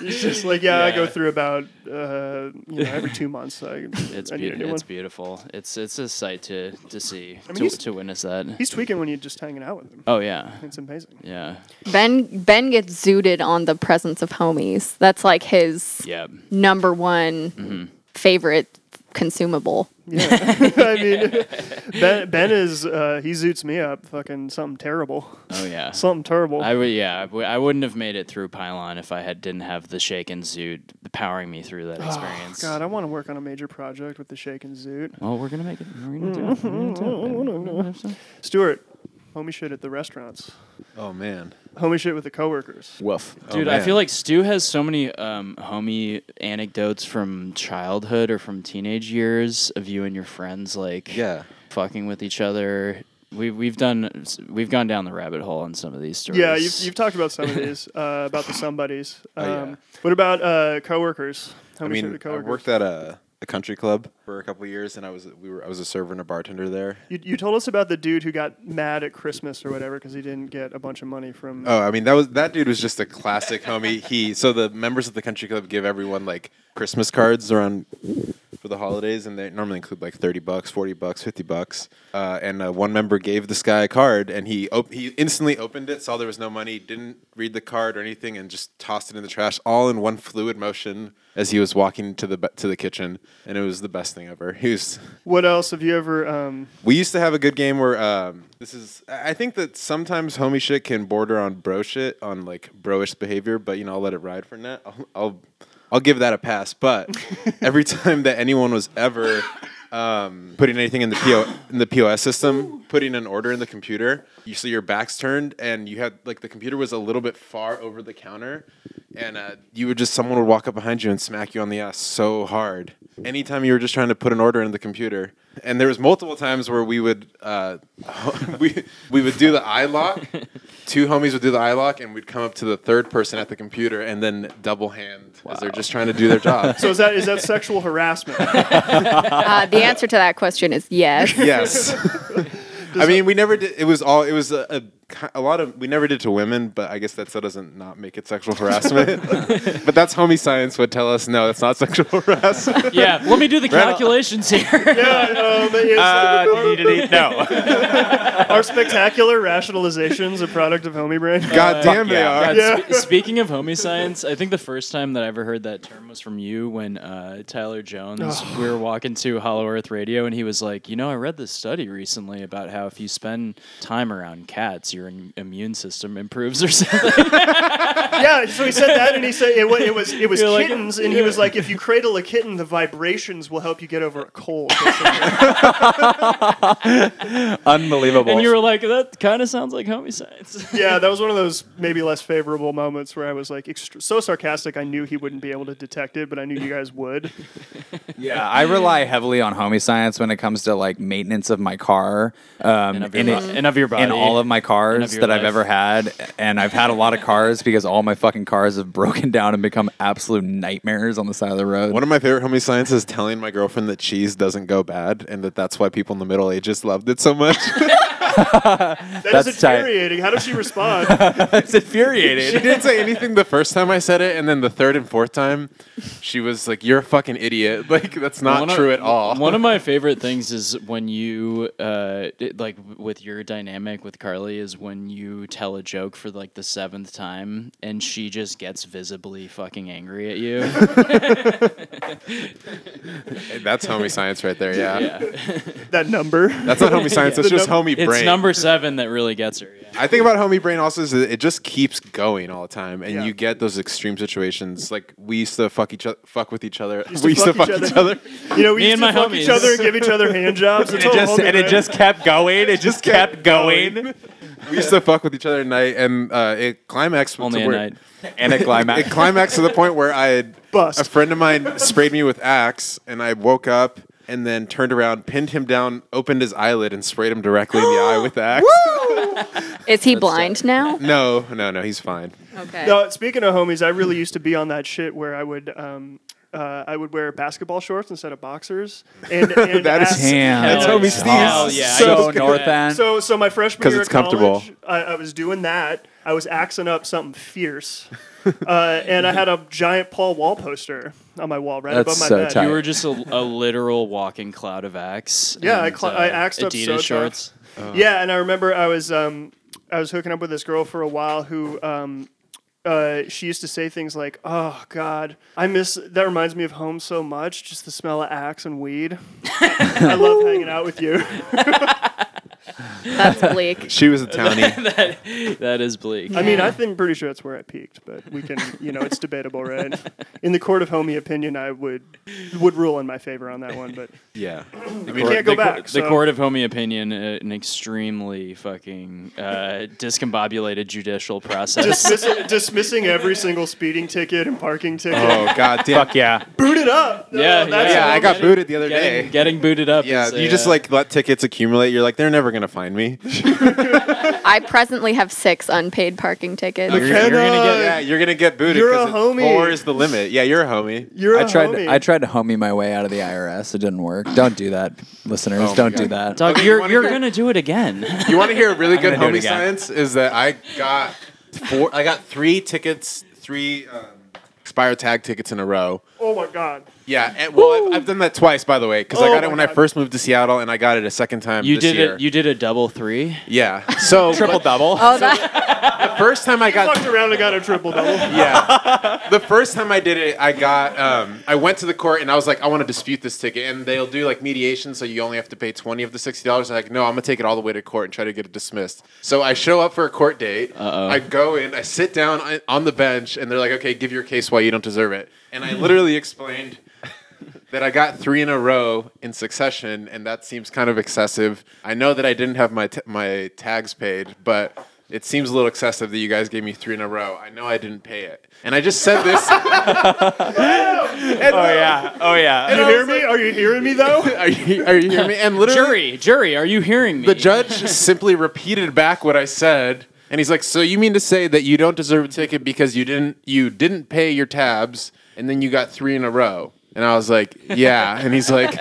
A: He's just like, yeah, I go
C: Yeah.
A: through about uh, you know every two months. I,
C: It's
A: I
C: be-
A: need a new one.
C: it's beautiful. It's it's a sight to to see
A: mean,
C: to,
A: he's-
C: to witness that.
A: He's tweaking when you're just hanging out with him.
C: Oh yeah,
A: It's amazing.
C: yeah,
E: ben Ben gets zooted on the presence of homies. That's like his
C: yeah.
E: number one favorite consumable.
A: Yeah, I mean, Ben, ben is uh, he zoots me up, fucking something terrible,
C: Oh yeah.
A: something terrible.
C: I would yeah. I w- I wouldn't have made it through Pylon if I had didn't have the shaken zoot powering me through that experience.
A: Ah, God, I want to work on a major project with the Shake and Zoot.
C: Well, we're gonna make it. We're gonna do it. We're gonna do it.
A: Stuart, homie shit at the restaurants.
D: Oh man.
A: Homie shit with the coworkers.
B: Woof.
D: Oh,
C: Dude, I
D: man.
C: feel like Stu has so many um, homie anecdotes from childhood or from teenage years of you and your friends, like
D: Yeah.
C: fucking with each other. We we've done we've gone down the rabbit hole on some of these stories.
A: Yeah, you've, you've talked about some of these uh, about the somebodies. Um,
D: yeah.
A: What about uh, coworkers? Homie
D: I
A: shit
D: mean,
A: with
D: I
A: coworkers.
D: worked at a, a country club for a couple years, and I was we were I was a server and a bartender there.
A: You, you told us about the dude who got mad at Christmas or whatever because he didn't get a bunch of money from.
D: Oh, I mean that was that dude was just a classic homie. He so the members of the country club give everyone like Christmas cards around for the holidays, and they normally include like thirty bucks, forty bucks, fifty bucks. Uh, and uh, one member gave this guy a card, and he op- he instantly opened it, saw there was no money, didn't read the card or anything, and just tossed it in the trash, all in one fluid motion as he was walking to the ba- to the kitchen, and it was the best thing ever. He was
A: What else have you ever? Um,
D: we used to have a good game where um, this is. I I think that sometimes homie shit can border on bro shit, on like broish behavior. But you know, I'll let it ride for now. I'll, I'll, I'll give that a pass. But every time that anyone was ever um, putting anything in the PO in the POS system, putting an order in the computer, you see your backs turned, and you had like the computer was a little bit far over the counter, and uh, you would just someone would walk up behind you and smack you on the ass so hard. Anytime you were just trying to put an order in the computer, and there was multiple times where we would uh, we we would do the eye lock. two homies would do the eye lock, and we'd come up to the third person at the computer and then double hand as they're just trying to do their job.
A: So is that is that sexual harassment?
E: Uh, the answer to that question is yes.
D: yes. I mean, we never did. It was all. It was a, a ki- a lot of. We never did to women, but I guess that still doesn't not make it sexual harassment. but that's homie science would tell us. No, that's not sexual harassment.
C: yeah, let me do the calculations here.
A: yeah, um, it's-
B: no.
A: our spectacular rationalizations a product of homie brain.
C: Uh,
D: God damn, they
B: yeah.
D: are.
C: God,
A: Yeah.
C: spe- speaking of homie science, I think the first time that I ever heard that term was from you when uh, Tyler Jones.
A: Oh.
C: we were walking to Hollow Earth Radio, and he was like, "You know, I read this study recently about how if you spend time around cats, your im- immune system improves or something."
A: yeah, so he said that, and he said it, wa- it was it was
C: You're like,
A: kittens, and he was like, if you cradle a kitten, the vibrations will help you get over a cold.
B: Unbelievable.
C: and you were like, "That kind of sounds like homie science."
A: yeah, that was one of those maybe less favorable moments where I was like extr so sarcastic. I knew he wouldn't be able to detect it, but I knew you guys would.
B: Yeah, I rely heavily on homie science when it comes to like maintenance of my car, um,
C: And of, your
B: in,
C: bo-
B: it,
C: and of your body.
B: in all of my cars
C: your
B: that I've
C: life.
B: ever had, and I've had a lot of cars because all my fucking cars have broken down and become absolute nightmares on the side of the road.
D: One of my favorite homie science is telling my girlfriend that cheese doesn't go bad, and that that's why people in the Middle Ages loved it so much.
A: That is
B: That's tight.
A: infuriating. How does she respond?
B: it's
D: she
B: infuriating.
D: didn't say anything the first time I said it, and then the third and fourth time, she was like, "You're a fucking idiot. Like that's not
C: One of-
D: true at all."
C: One of my favorite things is when you, uh, it- like, w- with your dynamic with Carly, is when you tell a joke for like the seventh time, and she just gets visibly fucking angry at you.
D: that's homie science right there. Yeah.
C: yeah,
A: that number.
D: That's not homie science. That's
A: The
D: just
A: num-
D: homie brain.
C: it's number seven that really gets her. Yeah.
D: I think about homie brain also is that it just keeps going all the time, and
A: Yeah.
D: you get those extreme situations. Like we used to fuck each other, fuck with each other.
A: to
D: we used to
A: fuck
D: fuck
A: each
D: each other.
A: You know, we
C: Me
A: used
C: and
A: to
C: my
A: fuck
C: homies.
A: each other and give each other hand jobs. It's
B: It
A: all
B: just
A: homie
B: and it
A: brain.
B: just kept going. It just kept going.
D: we used to fuck with each other at night, and uh, it climaxed to
C: Only a
D: where-
C: night.
B: And it
D: It
B: climax.
D: climaxed to the point where I had
A: Bust.
D: a friend of mine sprayed me with Axe, and I woke up and then turned around, pinned him down, opened his eyelid, and sprayed him directly in the eye with Axe.
E: Is he blind now?
D: No, no, no, he's fine.
E: Okay.
A: No, speaking of homies, I really used to be on that shit where I would um, uh, I would wear basketball shorts instead of boxers. And, and
D: That is
A: ask-
B: Damn.
C: That's Hell homie yeah.
B: Steve's
C: Steve. Hell yeah, I
B: So
C: used to do
B: north
C: that.
B: end.
A: So so my freshman
D: 'Cause
A: year
D: it's
A: at college,
D: comfortable.
A: I, I was doing that. I was axing up something fierce, uh, and I had a giant Paul Wall poster on my wall right
B: That's
A: above my
B: so
A: bed.
B: tight.
C: You were just a, a literal walking cloud of axe.
A: Yeah, I
C: and, uh,
A: cla- I axed up
C: Adidas
A: so tough.
C: shorts.
A: Yeah, and I remember I was um, I was hooking up with this girl for a while who um, uh, she used to say things like, "Oh God, I miss." That reminds me of home so much. Just the smell of axe and weed. I love hanging out with you.
E: That's bleak.
D: She was a townie.
C: That is bleak.
A: I mean, I think pretty sure that's where I peaked, but we can, you know, it's debatable, right? In the court of homie opinion, I would would rule in my favor on that one, but
D: yeah. I
A: you can't go
C: the,
A: back.
C: The
A: so-
C: court of homie opinion, uh, an extremely fucking uh, discombobulated judicial process.
A: dismissing, dismissing every single speeding ticket and parking ticket.
D: Oh god damn.
B: Fuck yeah.
A: Boot it up. No,
C: Yeah,
A: that's
D: Yeah,
A: all
D: I got
A: that-
D: booted the other
C: getting,
D: day.
C: getting booted up.
D: Yeah,
C: is a,
D: you just
C: uh,
D: like let tickets accumulate. You're like, they're never gonna find me.
E: I presently have six unpaid parking tickets.
A: Okay.
D: You're, you're gonna
A: Kenai!
D: get, yeah, you're gonna get booted.
A: You're a
D: 'cause it's-
A: homie.
D: Four is the limit. Yeah, you're a homie.
A: You're
B: I
A: a
B: tried.
A: homie.
B: I tried to homie my way out of the IRS. It didn't work. Don't do that, listeners.
D: my
B: Don't
D: God.
B: do that.
C: Doug, you're
D: wanna
C: you're
D: hear-
C: gonna do it again.
D: You want to hear a really good
B: gonna do it
D: homie
B: again.
D: science? Is that I got four? I got three tickets, three um, expire tag tickets in a row.
A: oh my god.
D: Yeah, and, well, I've, I've done that twice, by the way, because I
A: Oh
D: got
A: my
D: it when I
A: God.
D: first moved to Seattle, and I got it a second time.
C: You
D: this
C: did
D: year.
C: it. You did a double three.
D: yeah. So
B: Triple double.
E: Oh, that,
D: the first time I got
A: Fucked around and got a triple double.
D: yeah. The first time I did it, I got um, I went to the court and I was like, I want to dispute this ticket, and they'll do like mediation, so you only have to pay twenty of the sixty dollars. I'm like, no, I'm gonna take it all the way to court and try to get it dismissed. So I show up for a court date. Uh-oh. I go in, I sit down I- on the bench, and they're like, okay, give your case why you don't deserve it. And I literally explained that I got three in a row in succession, and that seems kind of excessive. I know that I didn't have my t- my tags paid, but it seems a little excessive that you guys gave me three in a row. I know I didn't pay it, and I just said this.
B: Oh yeah. Oh yeah.
A: You hear me? Are you hearing me though?
D: are, you, are you hearing me? And literally,
C: Jury, jury, are you hearing me?
D: the judge simply repeated back what I said. And he's like, "So you mean to say that you don't deserve a ticket because you didn't you didn't pay your tabs and then you got 3 in a row?" And I was like, "Yeah." And he's like,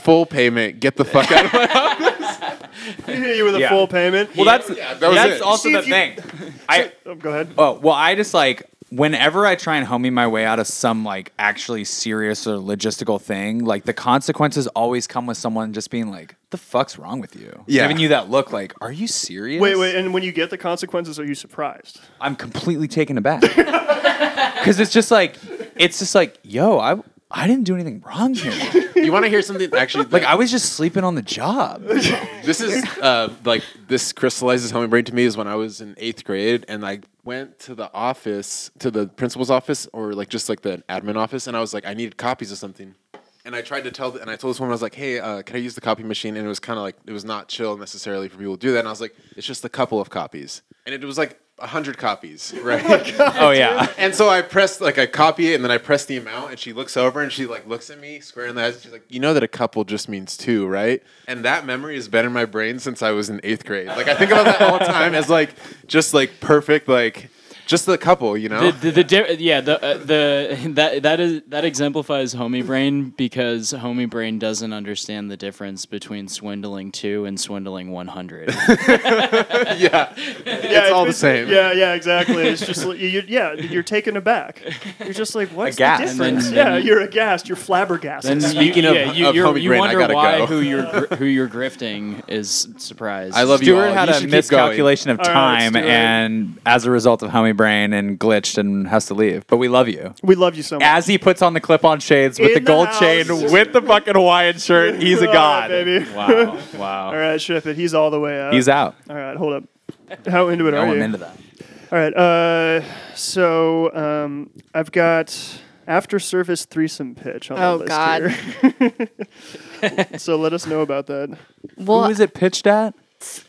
D: "Full payment. Get the fuck out of my
A: you with a
B: Yeah.
A: full payment.
B: Well, that's
D: Yeah, that was
B: that's
D: it.
B: also
A: See
B: the
A: if you-
B: thing. I
A: Oh, go ahead.
B: oh well, I just like whenever I try and homie my way out of some like actually serious or logistical thing, like the consequences always come with someone just being like, "The fuck's wrong with you?"
D: Yeah.
B: giving you that look like, "Are you serious?"
A: Wait, wait, and when you get the consequences, are you surprised?
B: I'm completely taken aback because it's just like it's just like, "Yo, I I didn't do anything wrong here.
D: You want to hear something actually
B: like I was just sleeping on the job."
D: This is uh, like this crystallizes homie brain to me is when I was in eighth grade and I went to the office to the principal's office or like just like the admin office and I was like I needed copies of something and I tried to tell the, and I told this woman I was like hey uh, can I use the copy machine and it was kind of like it was not chill necessarily for people to do that and I was like it's just a couple of copies and it was like a hundred copies right
B: oh yeah.
D: and so I pressed like I copy it and then I press the amount and she looks over and she like looks at me square in the eyes and she's like, You know that a couple just means two, right? And that memory has been in my brain since I was in eighth grade. Like I think about that all the time as like just like perfect, like just the couple, you know?
C: The, the, the di- yeah the uh, the that that is that exemplifies homie brain because homie brain doesn't understand the difference between swindling two and swindling one hundred.
D: yeah.
A: Yeah,
D: all the same.
A: Yeah, yeah, exactly. It's just like- you, you, yeah, you're taken aback. You're just like, what's the
B: Aghast.
A: difference?
B: And then-
A: yeah,
C: then-
A: you're aghast. You're flabbergasted.
C: Then
D: Speaking
C: you,
D: of-
C: yeah, you,
D: of
C: you're-
D: homie
C: you
D: brain, I
C: wonder
D: gotta
C: why
D: go.
C: who you're gr- who you're grifting is surprised.
D: I love you
B: Stuart
D: all.
B: had
D: You
B: a
D: should keep
B: miscalculation of
A: All right,
B: time,
A: Stuart.
B: and as a result of homie brain, and glitched and has to leave. But we love you.
A: we love you so much.
B: As he puts on the clip-on shades with
A: In
B: the
A: the
B: gold
A: house.
B: chain, with the fucking Hawaiian shirt, he's a
A: All right,
B: god.
A: baby.
C: Wow! Wow!
A: All right, ship it. He's all the way out.
B: He's out.
A: All right, hold up. How into it
B: No,
A: are
B: I'm
A: you?
B: into that.
A: All right. Uh, so um, I've got after service threesome pitch on
E: Oh,
A: the list
E: God.
A: here. so let us know about that.
E: Well,
B: Who is it pitched at?
E: So,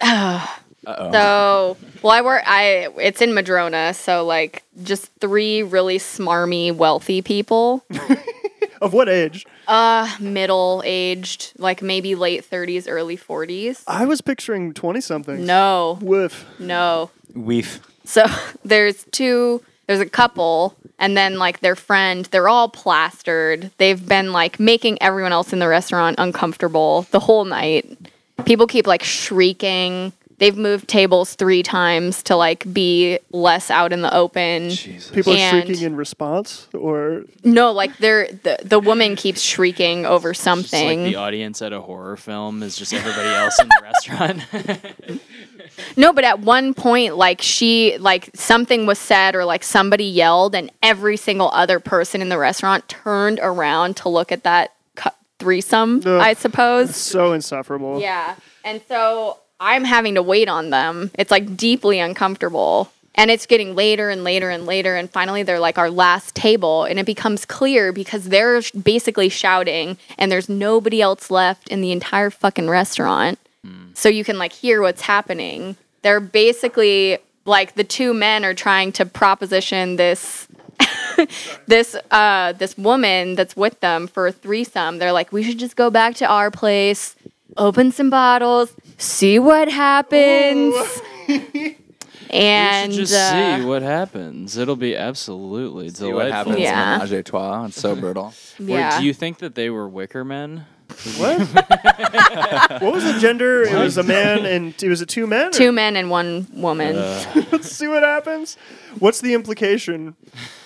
E: well, I work. I it's in Madrona, so like just three really smarmy, wealthy people,
A: Of what age?
E: middle aged, like maybe late thirties, early forties.
A: I was picturing twenty something.
E: No,
A: Woof.
E: no.
B: Weef.
E: So there's two. There's a couple, and then like their friend. They're all plastered. They've been like making everyone else in the restaurant uncomfortable the whole night. People keep like shrieking. They've moved tables three times to like be less out in the open.
A: People are
E: And-
A: shrieking in response, or
E: No, like they're the, the woman keeps shrieking over
C: Just like
E: something.
C: the audience at a horror film is just everybody else in the restaurant.
E: no, but at one point like she like something was said or like somebody yelled and every single other person in the restaurant turned around to look at that cu- threesome,
A: Ugh.
E: I suppose.
A: so insufferable.
E: Yeah. And so I'm having to wait on them. It's like deeply uncomfortable. And it's getting later and later and later. And finally, they're like our last table. And it becomes clear because they're sh- basically shouting, and there's nobody else left in the entire fucking restaurant. So you can like hear what's happening. They're basically like the two men are trying to proposition this this uh this woman that's with them for a threesome. They're like, we should just go back to our place, open some bottles, see what happens. and
C: we should just
E: uh,
C: see what happens. It'll be absolutely
B: See
C: delightful.
B: what happens
E: Yeah.
B: in Menage a Trois. It's so brutal.
E: yeah.
C: Or do you think that they were wicker men?
A: What? what was the gender? It was a man and it was a two men. or-
E: two men and one woman.
A: Let's see what happens. What's the implication?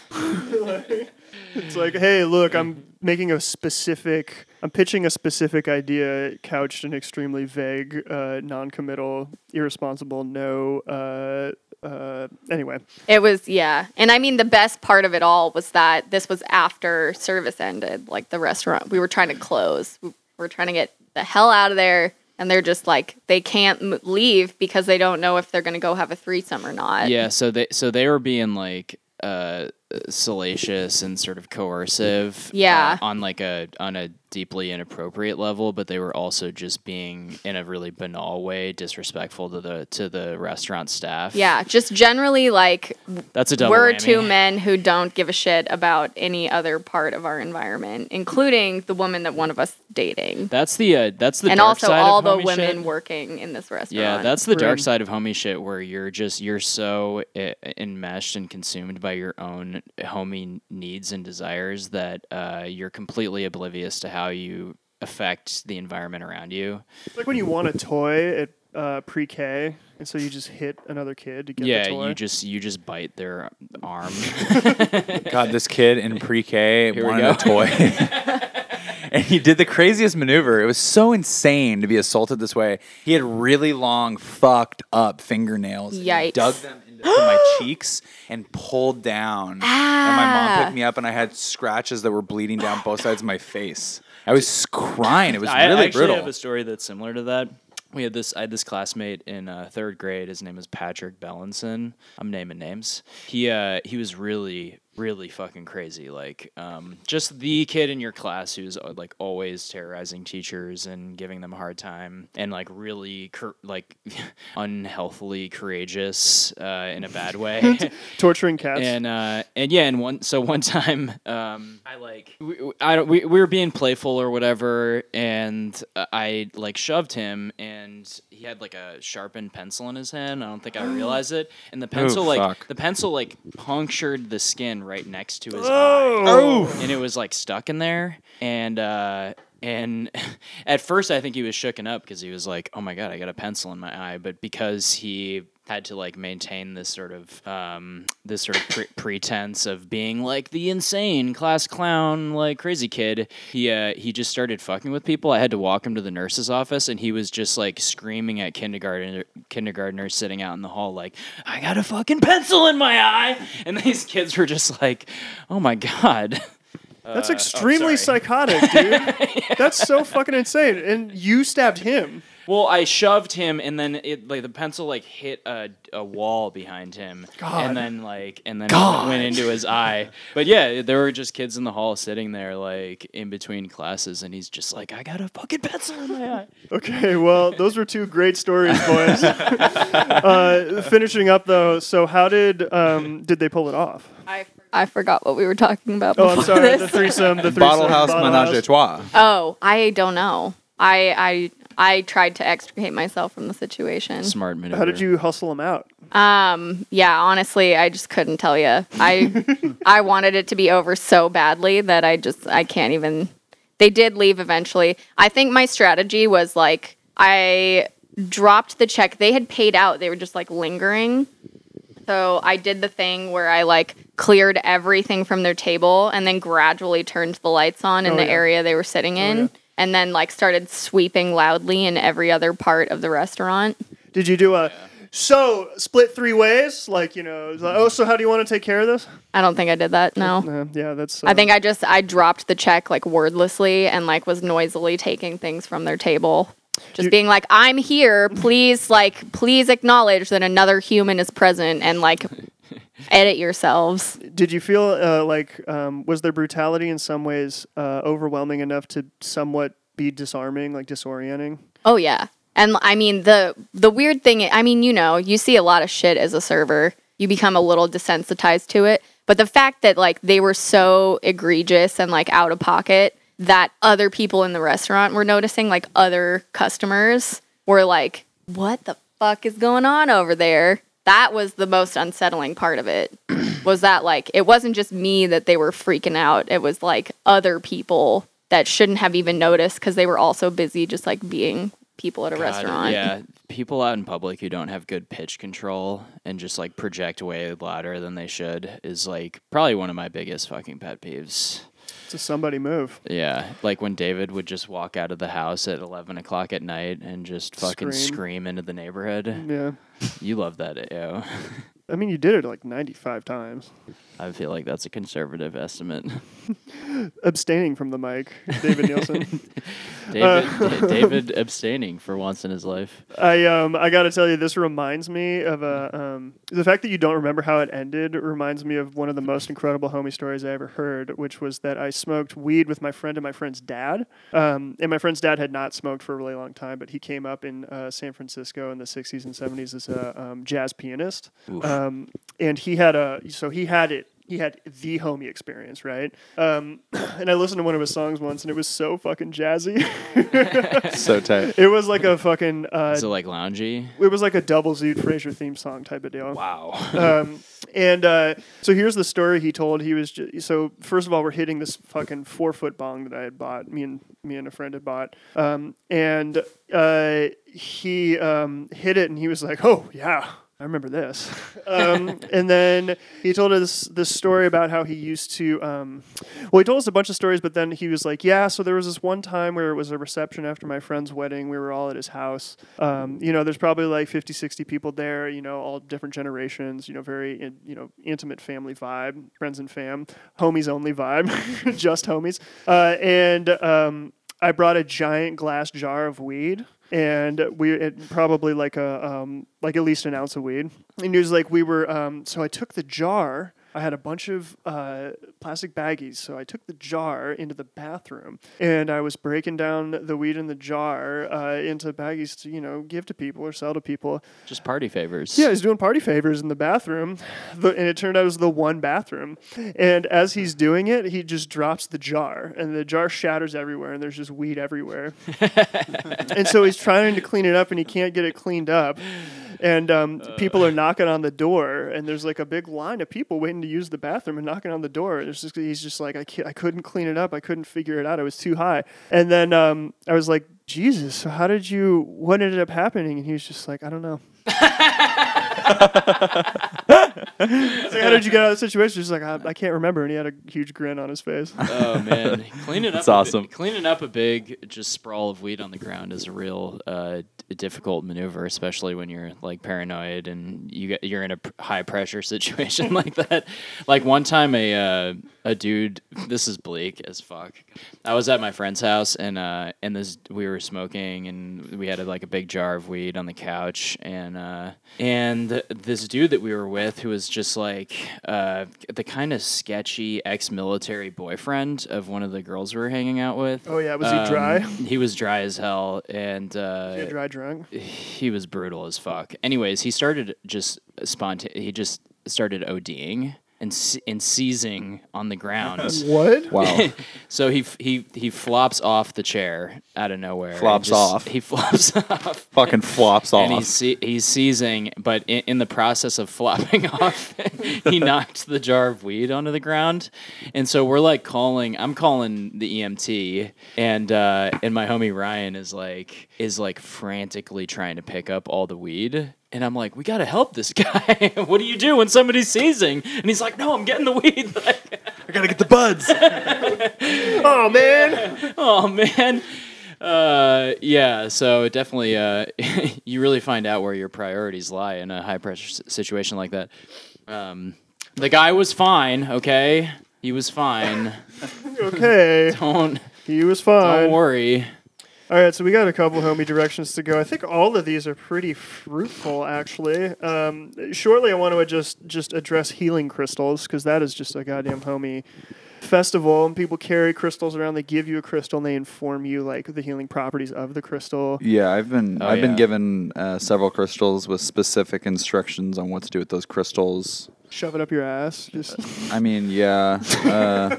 A: it's like, hey, look, I'm making a specific. I'm pitching a specific idea couched in extremely vague, uh, non-committal, irresponsible, no. Uh, uh, anyway,
E: It was yeah. And I mean the best part of it all was that this was after service ended, like the restaurant. We were trying to close. We were trying to get the hell out of there and they're just like they can't m- leave because they don't know if they're going to go have a threesome or not.
C: Yeah, so they so they were being like uh salacious and sort of coercive. uh,
E: Yeah.
C: on like a on a deeply inappropriate level, but they were also just being in a really banal way disrespectful to the to the restaurant staff.
E: Yeah, just generally like
C: that's a double.
E: we're
C: whammy.
E: two men who don't give a shit about any other part of our environment, including the woman that one of us dating,
C: That's the uh, that's the
E: and
C: dark
E: also
C: side
E: all
C: of
E: the
C: homie
E: women
C: shit.
E: working in this restaurant.
C: Yeah, that's the dark
A: Rude.
C: side of homie shit where you're just you're so uh, enmeshed and consumed by your own homie needs and desires that uh, you're completely oblivious to how you affect the environment around you.
A: It's like when you want a toy at uh, pre-K, and so you just hit another kid to get
C: yeah,
A: the toy.
C: you just you just bite their arm.
B: God, this kid in pre-K
C: Here we
B: wanted
C: go.
B: a toy. and he did the craziest maneuver. It was so insane to be assaulted this way. He had really long, fucked up fingernails. and he
E: Yikes.
B: dug them into my cheeks and pulled down. And my mom
E: Ah.
B: picked me up, and I had scratches that were bleeding down both sides of my face. I was crying. It was
C: I
B: really
C: actually
B: brutal.
C: have a story that's similar to that. We had this. I had this classmate in uh, third grade. His name was Patrick Bellinson. I'm naming names. He uh, he was really really fucking crazy. Like um, just the kid in your class who's uh, like always terrorizing teachers and giving them a hard time and like really cur- like unhealthily courageous uh, in a bad way.
A: torturing cats.
C: and uh, and yeah, and one so one time, um, I like we, we- I don't, we we were being playful or whatever, and uh, I like shoved him, and he had like a sharpened pencil in his hand. I don't think I realized it, and the pencil like
B: fuck.
C: the pencil like punctured the skin right next to his eye
A: oh,
C: and it was like stuck in there and uh and at first i think he was shooken up because he was like oh my god i got a pencil in my eye but because he had to like maintain this sort of um this sort of pre- pretense of being like the insane class clown like crazy kid he uh he just started fucking with people i had to walk him to the nurse's office and he was just like screaming at kindergarten kindergartners sitting out in the hall like i got a fucking pencil in my eye and these kids were just like oh my god
B: Uh,
A: that's
B: oh,
A: extremely
C: sorry.
A: psychotic, dude. That's so fucking insane. And you stabbed him.
C: Well, I shoved him, and then it like the pencil like hit a, a wall behind him,
A: God.
C: and then like and then it went into his eye. But yeah, there were just kids in the hall sitting there like in between classes, and he's just like, "I got a fucking pencil in my eye."
A: Okay, well, those were two great stories, boys. uh, finishing up though, so how did um, did they pull it off?
E: I I forgot what we were talking about.
A: Oh,
E: Before
A: I'm sorry, the
E: this.
A: threesome, the threesome,
B: Bottle house
A: bottle
B: menage a
A: house.
B: trois.
E: Oh, I don't know. I I I tried to extricate myself from the situation.
C: Smart maneuver.
A: How did you hustle them out?
E: Um, yeah, honestly, I just couldn't tell you. I I wanted it to be over so badly that I just I can't even. They did leave eventually. I think my strategy was like I dropped the check. They had paid out. They were just like lingering. So I did the thing where I like cleared everything from their table and then gradually turned the lights on in
A: Oh,
E: the
A: yeah. Oh,
E: area they were sitting in. And then like started sweeping loudly in every other part of the restaurant.
A: Did you do a so split three ways? Like you know, it's like, oh, so how do you want to take care of this?
E: I don't think I did that. No.
A: Uh, yeah, that's. Uh,
E: I think I just I dropped the check like wordlessly and like was noisily taking things from their table. Just
A: You-
E: being like, I'm here. Please, like, please acknowledge that another human is present and like edit yourselves.
A: Did you feel uh, like um, was their brutality in some ways uh, overwhelming enough to somewhat be disarming, like disorienting?
E: Oh yeah. And I mean the the weird thing I mean, you know, you see a lot of shit as a server. You become a little desensitized to it. But the fact that like they were so egregious and like out of pocket that other people in the restaurant were noticing, like other customers were like, What the fuck is going on over there? That was the most unsettling part of it. was that like it wasn't just me that they were freaking out. It was like other people that shouldn't have even noticed because they were also busy just like being people at a
C: God,
E: restaurant.
C: Yeah, people out in public who don't have good pitch control and just like project way louder than they should is like probably one of my biggest fucking pet peeves.
A: It's a somebody move.
C: Yeah, like when David would just walk out of the house at eleven o'clock at night and just fucking
A: Scream. Mm.
C: scream, into the neighborhood.
A: Yeah.
C: You love that, yo.
A: I mean, you did it like 95 times.
C: I feel like that's a conservative estimate.
A: Abstaining from the mic, David Nielsen.
C: David,
A: Uh.
C: Da- David abstaining for once in his life.
A: I um I gotta tell you, this reminds me of a um the fact that you don't remember how it ended reminds me of one of the most incredible homie stories I ever heard, which was that I smoked weed with my friend and my friend's dad. Um, and my friend's dad had not smoked for a really long time, but he came up in uh, San Francisco in the '60s and '70s as a um, jazz pianist. Um, and he had a so he had it he had the homie experience, right? Um, and I listened to one of his songs once, and it was so fucking jazzy.
D: so tight.
A: it was like a fucking uh,
C: Is it like loungy?
A: it was like a double Zoot Fraser theme song type of deal.
C: Wow.
A: Um, and uh, so here's the story he told. He was ju- so first of all, we're hitting this fucking four foot bong that I had bought. Me and me and a friend had bought, um, and uh, he um, hit it, and he was like, "Oh yeah." I remember this, um, and then he told us this story about how he used to. Um, well, he told us a bunch of stories, but then he was like, "Yeah, so there was this one time where it was a reception after my friend's wedding. We were all at his house. Um, you know, there's probably like 50, 60 people there, you know, all different generations, you know, very, in, you know, intimate family vibe, friends and fam, homies only vibe, just homies. Uh, and um, I brought a giant glass jar of weed. And we it, probably like a um, like at least an ounce of weed. And he was like, we were. Um, so I took the jar I had a bunch of uh, plastic baggies, so I took the jar into the bathroom and I was breaking down the weed in the jar uh, into baggies to, you know, give to people or sell to people.
C: Just party favors.
A: Yeah, he's doing party favors in the bathroom, the, and it turned out it was the one bathroom. And as he's doing it, he just drops the jar, and the jar shatters everywhere, and there's just weed everywhere. and so he's trying to clean it up, and he can't get it cleaned up. And um, people are knocking on the door, and there's like a big line of people waiting to use the bathroom and knocking on the door. There's just, he's just like, I, can't, I couldn't clean it up. I couldn't figure it out. I was too high. And then um, I was like, Jesus, so how did you, what ended up happening? And he was just like, I don't know. It's like, how did you get out of the situation? He's like, I, I can't remember. And he had a huge grin on his face.
C: Oh man, cleaning up
B: That's
C: a bi-
B: awesome.
C: cleaning up a big just sprawl of weed on the ground is a real uh, d- difficult maneuver, especially when you're like paranoid and you get, you're in a high pressure situation like that. Like one time, a uh, a dude, this is bleak as fuck. I was at my friend's house and uh, and this we were smoking and we had a, like a big jar of weed on the couch and uh, and this dude that we were with who was just like uh, the kind of sketchy ex-military boyfriend of one of the girls we were hanging out with. um,
A: Oh, yeah. Was he dry?
C: He was dry as hell and uh,
A: Yeah, dry drunk.
C: he was brutal as fuck. Anyways, he started just spontan. He just started ODing and se- and seizing on the ground.
A: What?
B: Wow.
C: so he f- he he flops off the chair out of nowhere. and
B: Flops
C: just-
B: off.
C: He flops off.
B: Fucking flops off.
C: And he's, see- he's seizing, but in, in the process of flopping off, he knocked the jar of weed onto the ground. And so we're like calling, I'm calling the EMT, and uh, and my homie Ryan is like is like frantically trying to pick up all the weed. And I'm like, we gotta help this guy. what do you do when somebody's seizing? And he's like, no, I'm getting the weed. Like,
B: I gotta get the buds.
A: Oh, man.
C: oh man. Uh, yeah, so definitely, uh, you really find out where your priorities lie in a high pressure s- situation like that. Um, the guy was fine, okay? He was fine.
A: Okay.
C: don't
A: He was fine.
C: don't worry.
A: All right, so we got a couple homie directions to go. I think all of these are pretty fruitful, actually. Um, shortly, I want to just just address healing crystals because that is just a goddamn homie festival, and people carry crystals around. They give you a crystal, and they inform you like the healing properties of the crystal.
B: Yeah, I've been
C: Oh,
B: I've
C: yeah.
B: been given uh, several crystals with specific instructions on what to do with those crystals.
A: Shove it up your ass. Just
B: I mean, yeah, uh,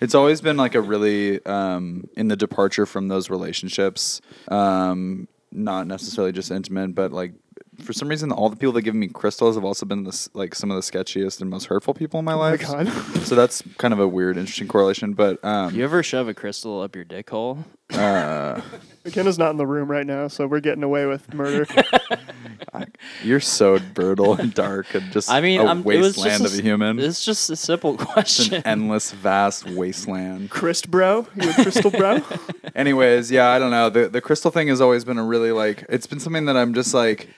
B: it's always been like a really um, in the departure from those relationships, um, not necessarily just intimate, but like for some reason, all the people that give me crystals have also been this, like some of the sketchiest and most hurtful people in my
A: Oh my
B: life.
A: God.
B: So that's kind of a weird, interesting correlation. But um,
C: You ever shove a crystal up your dick hole?
A: McKenna's not in the room right now, so we're getting away with murder.
B: you're so brutal and dark and just
C: I mean,
B: a
C: I'm, it was just
B: wasteland
C: a
B: of a
C: s-
B: human.
C: It's just a simple
B: It's
C: question.
B: an endless, vast wasteland.
A: Christ, bro, you a crystal bro?
B: Anyways, yeah, I don't know. The the crystal thing has always been a really like it's been something that I'm just like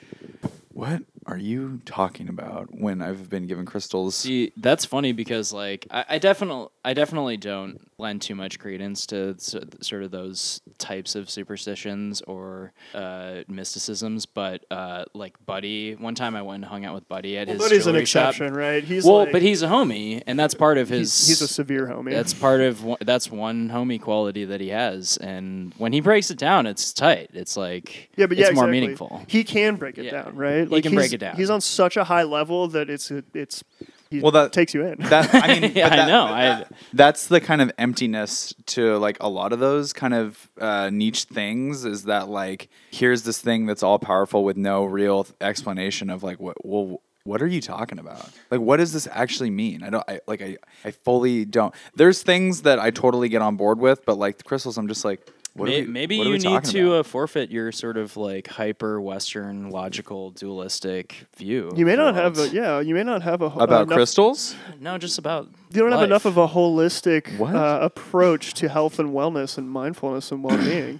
B: what are you talking about when I've been given crystals?
C: See, that's funny because like I, I definitely I definitely don't lend too much credence to s- sort of those types of superstitions or uh, mysticisms. But uh, like Buddy, one time I went and hung out with Buddy at his
A: Buddy's an
C: jewelry shop.
A: exception, right? He's
C: well,
A: like-
C: but he's a homie, and that's part of his.
A: he's, he's a severe homie.
C: That's part of one- that's one homie quality that he has, and when he breaks it down, it's tight. It's like
A: yeah, but
C: it's
A: yeah,
C: more
A: exactly.
C: meaningful.
A: He can break it
C: Yeah.
A: down, right?
C: He can break
A: he's-
C: it down.
A: He's on such a high level that it's it's he
B: Well, that-
A: takes you in.
B: That I mean,
C: Yeah,
B: but
C: I
B: that-
C: know,
B: but
C: I-
B: that- that's the kind of emptiness to like a lot of those kind of uh, niche things. Is that like here's this thing that's all powerful with no real explanation of like what well what are you talking about? Like what does this actually mean? I don't I like I I fully don't. There's things that I totally get on board with, but like the crystals, I'm just like. What are
C: May-
B: we-
C: maybe
B: what are
C: you
B: we
C: need
B: talking
C: to
B: about?
C: uh, forfeit your sort of like hyper Western logical dualistic view.
A: you may
C: of the
A: not have a
C: world.
A: yeah. You may not have a
B: about
A: enough,
B: crystals.
C: no, just about
A: You don't have
C: life.
A: enough of a holistic
B: What?
A: uh, approach to health and wellness and mindfulness and well-being.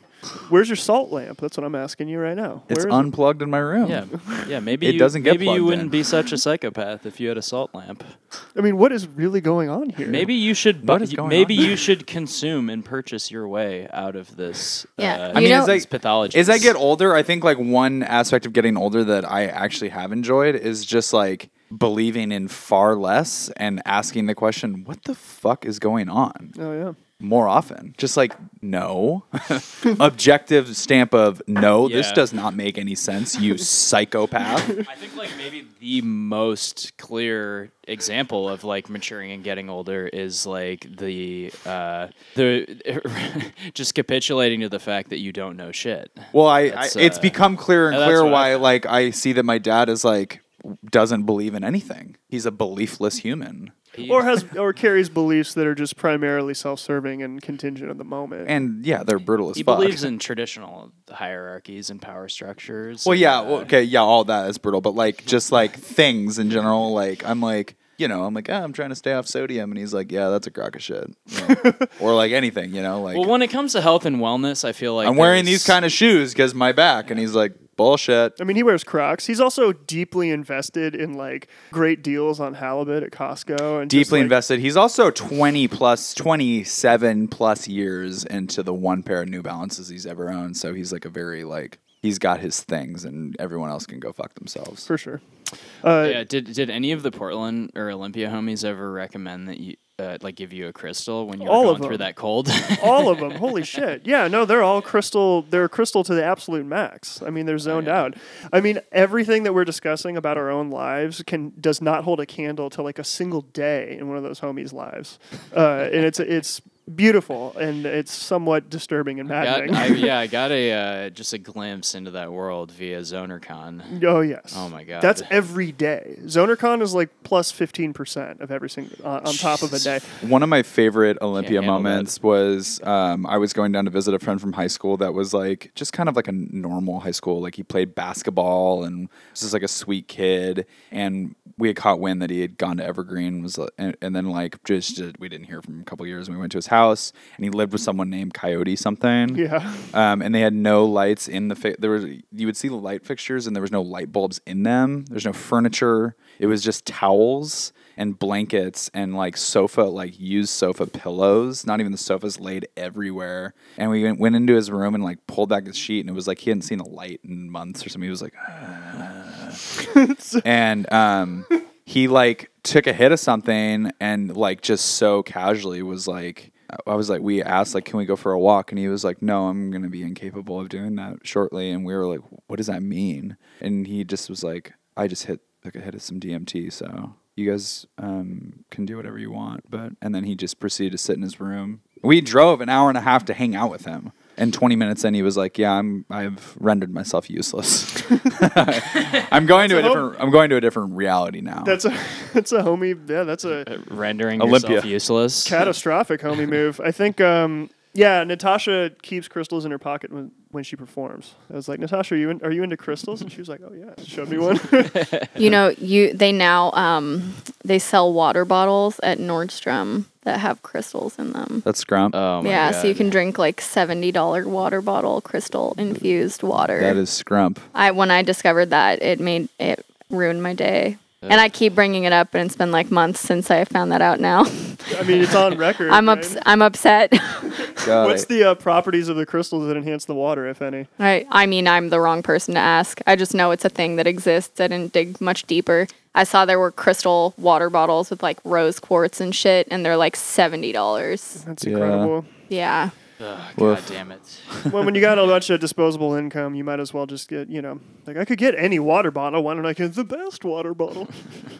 A: Where's your salt lamp? That's what I'm asking you right now.
B: It's
A: Where is it?
B: unplugged in my room.
C: yeah, yeah. Maybe
B: It
C: you,
B: doesn't get
C: Maybe you
B: plugged
C: wouldn't
B: in.
C: be such a psychopath if you had a salt lamp.
A: I mean, what is really going on here?
C: Maybe you should.
B: What
C: bu-
B: is going
C: maybe
B: on?
C: you should consume and purchase your way out of this.
E: Yeah.
C: uh,
E: I mean,
B: as
E: know-
B: I-
C: these pathologies.
B: As I get older, I think like one aspect of getting older that I actually have enjoyed is just like believing in far less and asking the question, what the fuck is going on?
A: Oh yeah.
B: More often. Just like, no. Objective stamp of no, this
C: Yeah.
B: does not make any sense, you psychopath.
C: I think like maybe the most clear example of like maturing and getting older is like the uh the just capitulating to the fact that you don't know shit.
B: Well, I, I
C: That's,
B: it's
C: uh,
B: become clearer and
C: that's
B: clearer
C: what I
B: why
C: found.
B: like I see that my dad is like doesn't believe in anything. He's a beliefless human.
A: Or has or carries beliefs that are just primarily self-serving and contingent on the moment.
B: And yeah, they're brutal as
C: He
B: fuck.
C: believes in traditional hierarchies and power structures.
B: Well,
C: and,
B: yeah,
C: uh,
B: well, okay, yeah, all that is brutal, but like just like things in general, like I'm like, you know, I'm like, oh, I'm trying to stay off sodium, and he's like, yeah, that's a crock of shit, you know? or like anything, you know, like
C: Well, when it comes to health and wellness, I feel like
B: I'm wearing these
C: there's-
B: kind of shoes because my back, and he's like, bullshit.
A: I mean, he wears Crocs. He's also deeply invested in like great deals on halibut at Costco and just,
B: Deeply
A: like-
B: invested. He's also 20 plus, 27 plus years into the one pair of New Balances he's ever owned. So he's like a very like he's got his things, and everyone else can go fuck themselves.
A: for sure. Uh,
C: Yeah, did did any of the Portland or Olympia homies ever recommend that you uh, like give you a crystal when you were
A: All of
C: going through
A: them.
C: that cold?
A: All of them. Holy shit. Yeah, no, they're all crystal. They're crystal to the absolute max. I mean, they're zoned
C: yeah.
A: out. I mean, everything that we're discussing about our own lives can does not hold a candle to like a single day in one of those homies' lives, uh, and it's it's beautiful and it's somewhat disturbing and
C: got,
A: maddening.
C: I, yeah, I got a uh, just a glimpse into that world via ZonerCon.
A: Oh yes.
C: Oh, my God.
A: That's every day. ZonerCon is like plus fifteen percent of every single uh, on, on top of a day.
B: One of my favorite Olympia
C: handle that.
B: moments was um, I was going down to visit a friend from high school that was like just kind of like a normal high school. Like he played basketball and was just like a sweet kid. And we had caught wind that he had gone to Evergreen was like- and, and then like just uh, we didn't hear from him in a couple years. And we went to his house and he lived with someone named Coyote something.
A: Yeah.
B: Um, and they had no lights in the fi- there was you would see the light fixtures and there was no light bulbs in them. There's no furniture. It was just towels and blankets and like sofa like used sofa pillows. Not even the sofas laid everywhere. And we went, went into his room and like pulled back his sheet and it was like he hadn't seen a light in months or something. He was like and um, he like took a hit of something and like just so casually was like i was like we asked like can we go for a walk and he was like no i'm gonna be incapable of doing that shortly and we were like what does that mean and he just was like i just hit took a hit of some dmt so you guys um, can do whatever you want but and then he just proceeded to sit in his room we drove an hour and a half to hang out with him and 20 minutes in he was like yeah i'm i've rendered myself useless I'm going to a
A: That's a
B: different. I'm going to a different reality now.
A: That's a that's a homie. Yeah, that's a
C: Rendering
B: Olympia.
C: yourself useless.
A: catastrophic homie move. I think, um, yeah, Natasha keeps crystals in her pocket when, when she performs. I was like, Natasha, are you in, are you into crystals? And she was like, Oh yeah, showed me one.
E: You know, you they now um they sell water bottles at Nordstrom that have crystals in them.
B: that's Grump.
C: oh my
E: yeah,
C: God.
E: so you can drink like seventy dollar water bottle crystal infused water.
B: that is Scrump.
E: I when I discovered that it made it ruined my day. And I keep bringing it up, and it's been like months since I found that out. Now
A: I mean, it's on record.
E: I'm
A: right?
E: ups- I'm upset.
B: Got
A: What's
B: it.
A: the uh, properties of the crystals that enhance the water, if any?
E: I I mean, I'm the wrong person to ask. I just know it's a thing that exists. I didn't dig much deeper. I saw there were crystal water bottles with like rose quartz and shit, and they're like seventy dollars.
A: That's
B: Yeah.
A: incredible.
E: Yeah,
C: Ugh, Oh, God
B: Woof.
C: damn it.
A: well, when you got a bunch of disposable income, you might as well just get, you know, like I could get any water bottle. Why don't I get the best water bottle?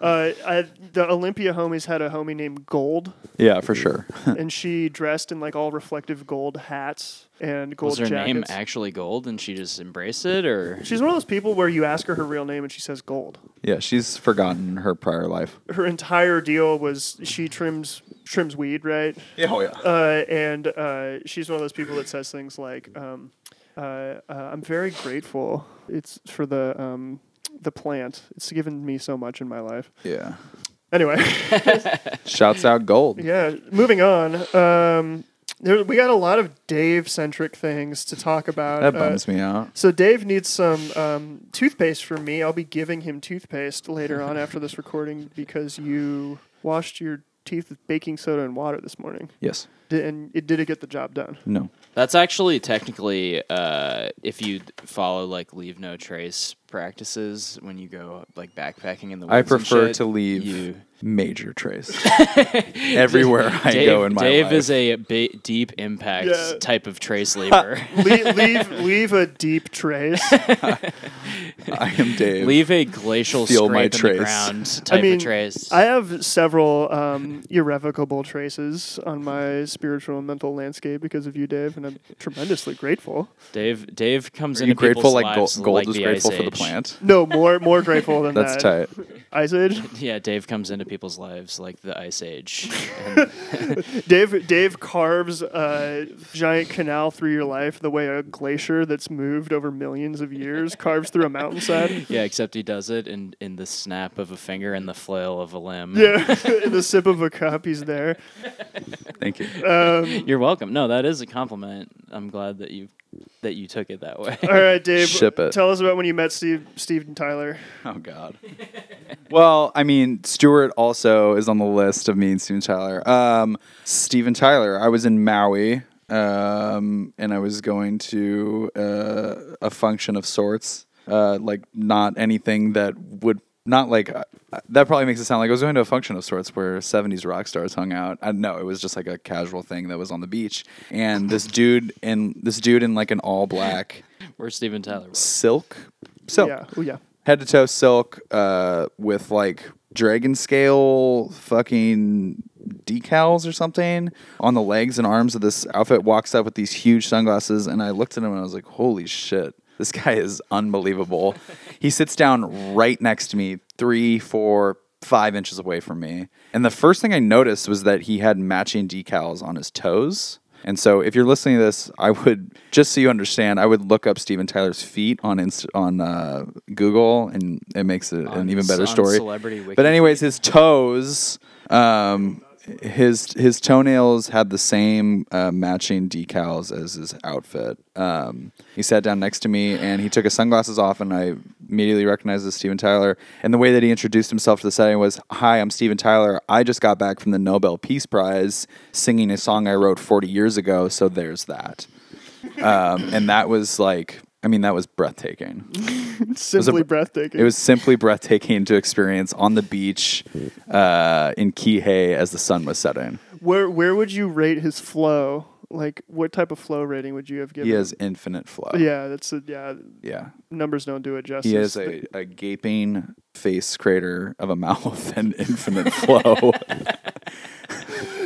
A: uh, I, the Olympia homies had a homie named Gold,
B: yeah, for sure.
A: and she dressed in like all reflective gold hats and gold
C: Was her
A: jackets.
C: name actually Gold and she just embraced it or
A: She's one of those people where you ask her her real name and she says Gold.
B: yeah, she's forgotten her prior life.
A: Her entire deal was she trims trims weed, right?
B: oh yeah.
A: uh, and uh, she's one of those people that says things like, um, uh, uh, "I'm very grateful. It's for the um, the plant. It's given me so much in my life."
B: Yeah.
A: Anyway,
B: Shouts out gold.
A: yeah. Moving on. Um, there, we got a lot of Dave centric things to talk about.
B: That
A: Uh,
B: bums me out.
A: so Dave needs some um, toothpaste from me. I'll be giving him toothpaste later on after this recording because you washed your teeth with baking soda and water this morning,
B: Yes.
A: Di- and it did it get the job done.
B: No.
C: That's actually technically, uh, if you follow like leave no trace practices when you go like backpacking in the woods.
B: I
C: and
B: prefer
C: shit,
B: to leave
C: you-
B: major trace everywhere I
C: Dave,
B: go in my
C: Dave
B: life.
C: is a ba- deep impact
A: Yeah.
C: type of trace leaver.
A: leave, leave, leave a deep trace.
B: I am Dave.
C: leave a glacial
B: Feel
C: scrape
B: my
C: in
B: trace.
C: the ground type
A: I mean,
C: of trace.
A: I have several um, irrevocable traces on my spiritual and mental landscape because of you, Dave, and I'm tremendously grateful.
C: Dave Dave comes
B: Are
C: in
B: you grateful like gold,
C: lives
B: gold
C: like
B: is
C: the
B: grateful
C: Ice
B: for the
C: Age.
B: plant?
A: No, more more grateful than
B: That's
A: that.
B: tight.
A: Ice Age.
C: Yeah, Dave comes into people's lives like the ice age.
A: Dave Dave carves a giant canal through your life the way a glacier that's moved over millions of years carves through a mountainside.
C: yeah, except he does it in, in the snap of a finger and the flail of a limb.
A: Yeah, in the sip of a cup, he's there.
B: Thank you.
C: You're welcome. No, that is a compliment. I'm glad that you that you took it that way.
A: All right, Dave.
B: Ship it.
A: Tell us about when you met Steve, Steve and Tyler.
B: Oh God. well, I mean, Stuart also is on the list of me and Steven Tyler. Um, Steven Tyler. I was in Maui, um, and I was going to uh, a function of sorts. Uh, like not anything that would not like uh, that probably makes it sound like I was going to a function of sorts where 70s rock stars hung out. I no, it was just like a casual thing that was on the beach. And this dude in this dude in like an all black
C: Where's Steven Tyler?
B: silk silk
A: Yeah. Oh, yeah.
B: head to toe silk uh, with like dragon scale fucking decals or something on the legs and arms of this outfit walks up with these huge sunglasses and i looked at him and i was like holy shit this guy is unbelievable he sits down right next to me three four five inches away from me and the first thing i noticed was that he had matching decals on his toes and so, if you're listening to this, I would just so you understand, I would look up Steven Tyler's feet on Inst- on uh, Google, and it makes it an
C: On
B: even better
C: s- on
B: story.
C: Celebrity Wiki.
B: but anyways, his toes, um, his his toenails had the same uh, matching decals as his outfit. Um, he sat down next to me, and he took his sunglasses off, and I immediately recognized as Steven Tyler. And the way that he introduced himself to the setting was, "Hi, I'm Steven Tyler. I just got back from the Nobel Peace Prize, singing a song I wrote 40 years ago. So there's that." Um, and that was like, I mean, that was breathtaking.
A: Simply
B: br-
A: breathtaking.
B: It was simply breathtaking to experience on the beach uh, in Kihei as the sun was setting.
A: Where where would you rate his flow? Like what type of flow rating would you have given?
B: He has infinite flow.
A: Yeah, that's a, yeah.
B: Yeah.
A: Numbers don't do it justice.
B: He has a, a gaping face crater of a mouth and infinite flow.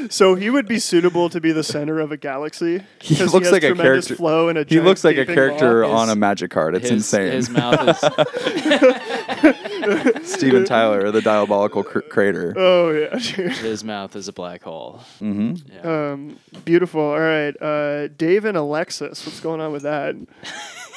A: so he would be suitable to be the center of a galaxy.
B: He
A: 'cause
B: looks
A: has
B: like a
A: tremendous
B: character-
A: Flow and a
B: he
A: giant
B: looks like a
A: gaping
B: character
A: maw.
C: maw.
B: on a magic card. It's
C: his,
B: insane.
C: His mouth is
B: Steven Tyler, the diabolical cr- crater.
A: Oh yeah, dude.
C: his mouth is a black hole.
A: Um, beautiful. All right, uh, Dave and Alexis. What's going on with that?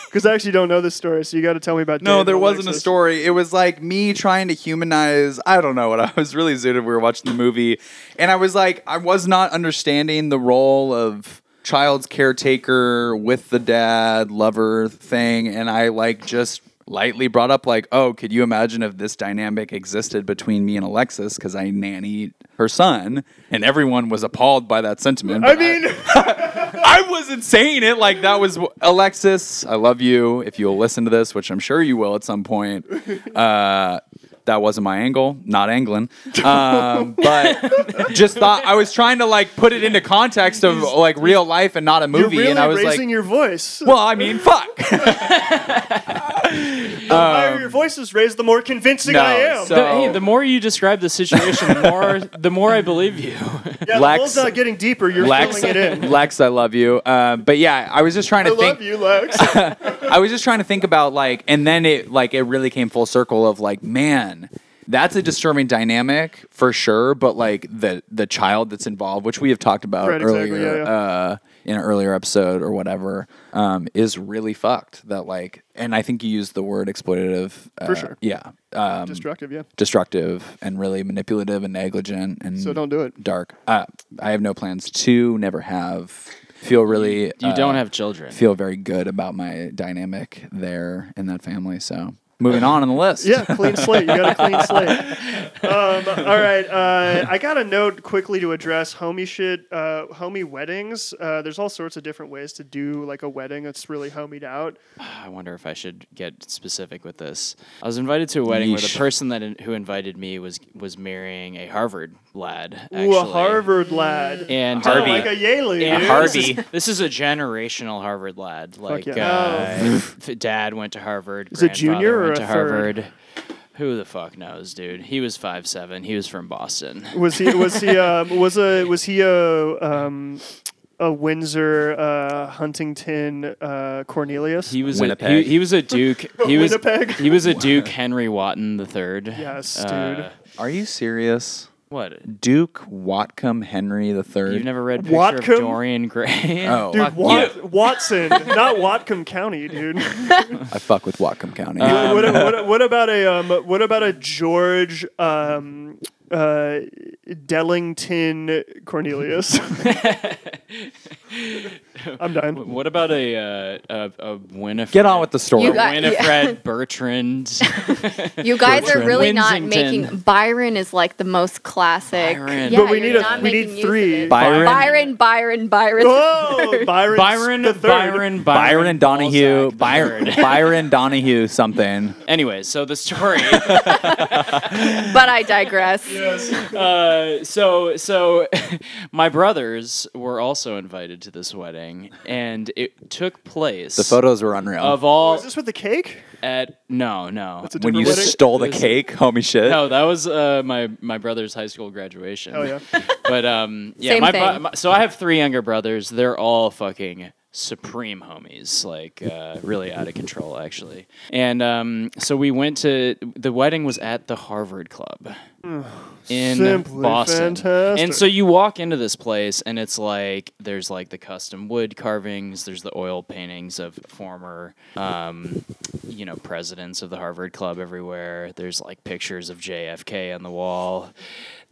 A: Because I actually don't know this story, so you got to tell me about. Dave
B: No,
A: and
B: there wasn't a
A: Alexis.
B: story. It was like me trying to humanize. I don't know what I was really zooted. We were watching the movie, and I was like, I was not understanding the role of child's caretaker with the dad lover thing, and I like just lightly brought up like, "Oh, could you imagine if this dynamic existed between me and Alexis because I nanny her son?" And everyone was appalled by that sentiment.
A: I
B: but
A: mean,
B: I wasn't saying it like that was Alexis. I love you. If you'll listen to this, which I'm sure you will at some point. Uh, that wasn't my angle, not angling, um, but just thought I was trying to like put it into context of like real life and not a
A: you're
B: movie.
A: really
B: and I was
A: raising
B: like,
A: your voice.
B: well, I mean, fuck.
A: the higher your voice is raised, the more convincing
B: um, No,
A: I am.
B: so-
C: The- hey, the more you describe the situation, the more the more I believe you.
A: yeah,
B: Lex-
A: the hole's not getting deeper. You're
B: Lex,
A: filling it in.
B: Lex, I love you. Uh, but yeah, I was just trying
A: I
B: to
A: love
B: think.
A: you, Lex.
B: I was just trying to think about like, and then it like it really came full circle of like, man, that's a disturbing dynamic for sure. But like the the child that's involved, which we have talked about
A: Right,
B: earlier
A: exactly, yeah, yeah.
B: Uh, in an earlier episode or whatever, um, is really fucked. That like, and I think you used the word exploitative. Uh,
A: For sure.
B: Yeah. Um,
A: Destructive, yeah.
B: destructive and really manipulative and negligent and
A: So don't do it.
B: dark. Uh, I have no plans to. Never have. Feel really.
C: You
B: uh,
C: don't have children.
B: feel very good about my dynamic there in that family. So moving on on the list.
A: Yeah, clean slate. You got a clean slate. Um, all right. Uh, I got a note quickly to address homie shit, uh, homie weddings. Uh, there's all sorts of different ways to do like a wedding that's really homied out.
C: I wonder if I should get specific with this. I was invited to a wedding where
B: Yeesh.
C: the person that in, who invited me was was marrying a Harvard lad. Actually.
A: Ooh, a Harvard lad.
C: and
A: Oh,
C: uh,
A: like a Yale
C: Yeah,
A: dude.
C: This is, this is a generational Harvard lad. Like,
A: yeah. Oh.
C: uh, f- dad went to Harvard.
A: Is it junior
C: grandfather
A: or
C: went
A: a
C: to
A: third?
C: Harvard? Who the fuck knows, dude? He was five seven. He was from Boston.
A: Was he? Was he? Um, was a? Was he a? Um, a Windsor, uh, Huntington, uh, Cornelius.
C: He was a
B: Winnipeg.
C: he, he was a Duke. He was
A: Winnipeg.
C: he was a Duke Henry Wotton the third.
A: Yes,
C: Uh,
A: dude.
B: Are you serious?
C: What?
B: Duke Watcom Henry the third.
C: You've never read picture
A: Whatcom?
C: of Dorian Gray?
B: Oh.
A: Dude,
B: Fuck
A: Wat- Watson, not Watcom County, dude.
B: I fuck with Watcom County.
A: what, what- what- what about a um, what about a George um, uh, Dellington Cornelius? I'm dying.
C: What about a uh, a, a Winifred?
B: Get on with the story.
E: You got-
C: Winifred Bertrand.
E: You guys are really not
C: Winsington.
E: making. Byron is like the most classic.
C: Byron.
E: Yeah,
A: But we
E: you're
A: need a-
E: not
A: we
E: making
A: need
E: use of
A: three.
E: it.
B: Byron.
E: Byron, Byron, Byron.
A: Oh, Byron,
C: Byron,
A: the
C: Byron,
A: third.
C: Byron,
B: Byron and Donahue.
C: Balzac
B: Byron
C: III.
B: Byron Donahue something.
C: anyway, so the story.
E: But I digress.
C: uh, so so, my brothers were also invited to this wedding, and it took place.
B: The photos were unreal.
C: of all
A: Is this with the cake?
C: at no no.
A: That's a
B: when you
A: different wedding?
B: stole the
C: This-
B: cake, homie shit.
C: no, that was uh, my my brother's high school graduation.
A: Oh yeah.
C: but um, yeah,
E: Same
C: my,
E: thing.
C: bro- my- so I have three younger brothers. They're all fucking supreme homies, like uh, really out of control, actually. And um, so we went to the wedding was at the Harvard Club in
A: Simply
C: Boston.
A: fantastic.
C: And so you walk into this place, and it's like there's like the custom wood carvings, there's the oil paintings of former, um, you know, presidents of the Harvard Club everywhere. There's like pictures of JFK on the wall.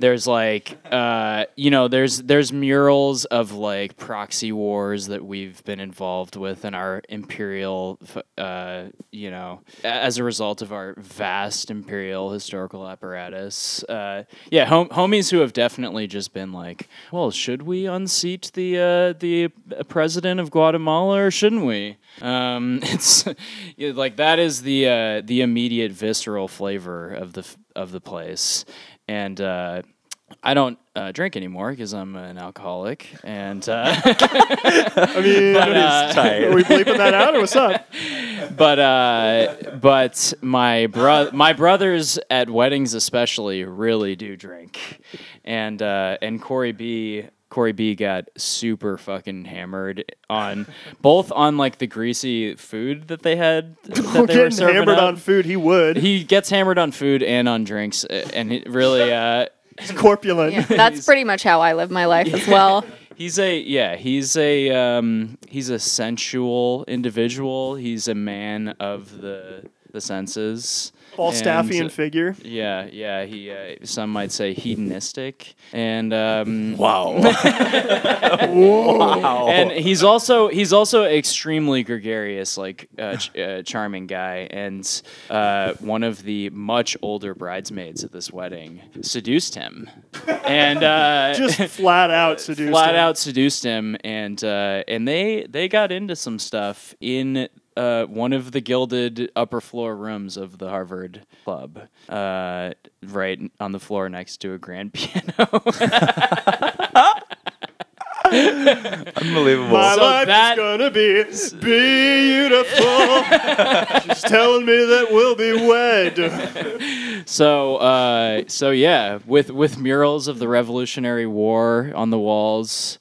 C: There's like, uh, you know, there's there's murals of like proxy wars that we've been involved with in our imperial, f- uh, you know, a- as a result of our vast imperial historical apparatus. Uh, yeah, hom- homies who have definitely just been like, well, should we unseat the uh, the uh, president of Guatemala or shouldn't we? Um, it's yeah, like that is the uh, the immediate visceral flavor of the f- of the place, and. Uh, I don't uh, drink anymore because I'm an alcoholic, and uh,
A: I mean, are we bleeping that out or what's up?
C: but uh, but my bro- my brothers at weddings especially really do drink, and uh, and Corey B. Corey B got super fucking hammered on both on like the greasy food that they had that they were
A: Getting
C: serving
A: hammered
C: up.
A: on food, he would.
C: He gets hammered on food and on drinks, uh, and it really uh,
A: He's corpulent.
E: Yeah, that's pretty much how I live my life as well.
C: He's a yeah. He's a um, he's a sensual individual. He's a man of the the senses,
A: Falstaffian
C: And-
A: figure.
C: Yeah, yeah. He, uh, some might say hedonistic, and um,
B: Wow. wow.
C: and he's also he's also extremely gregarious, like uh, ch- uh, charming guy, and uh, one of the much older bridesmaids at this wedding seduced him, and uh,
A: Just flat out seduced.
C: flat
A: him.
C: out seduced him, and uh, and they they got into some stuff in. Uh, one of the gilded upper floor rooms of the Harvard Club, uh, right on the floor next to a grand piano.
B: Unbelievable.
A: My
C: So
A: life
C: that-
A: is gonna be beautiful. She's telling me that we'll be wed.
C: So, uh, so yeah, with with murals of the Revolutionary War on the walls.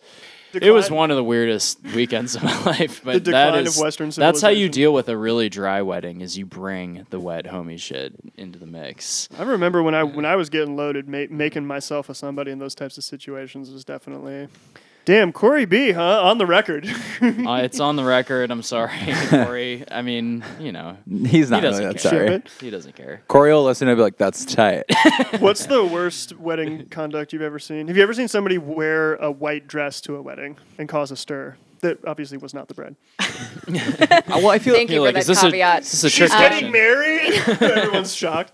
C: It was
A: Decline-
C: one of the weirdest weekends of my life, but that
A: decline of
C: is
A: Western
C: that's how you
A: civilization.
C: deal with a really dry wedding is you bring the wet homie shit into the mix.
A: I remember when I when I was getting loaded, ma- making myself a somebody in those types of situations was definitely. Damn, Corey B, huh? On the record.
C: Uh, it's on the record. I'm sorry, Corey. I mean, you know,
B: He's not
C: doesn't
B: really that
C: care.
B: sorry.
A: Ship
C: he doesn't care.
B: Corey will listen and be like, that's tight.
A: it. What's the worst wedding conduct you've ever seen? Have you ever seen somebody wear a white dress to a wedding and cause a stir? That obviously was not the bread.
B: Uh, well, I feel
E: Thank you
C: You're like,
E: for
C: is
E: that
C: this, a,
E: caveat.
C: is this a
A: She's
C: trick
A: getting
C: question?
A: married. Everyone's shocked.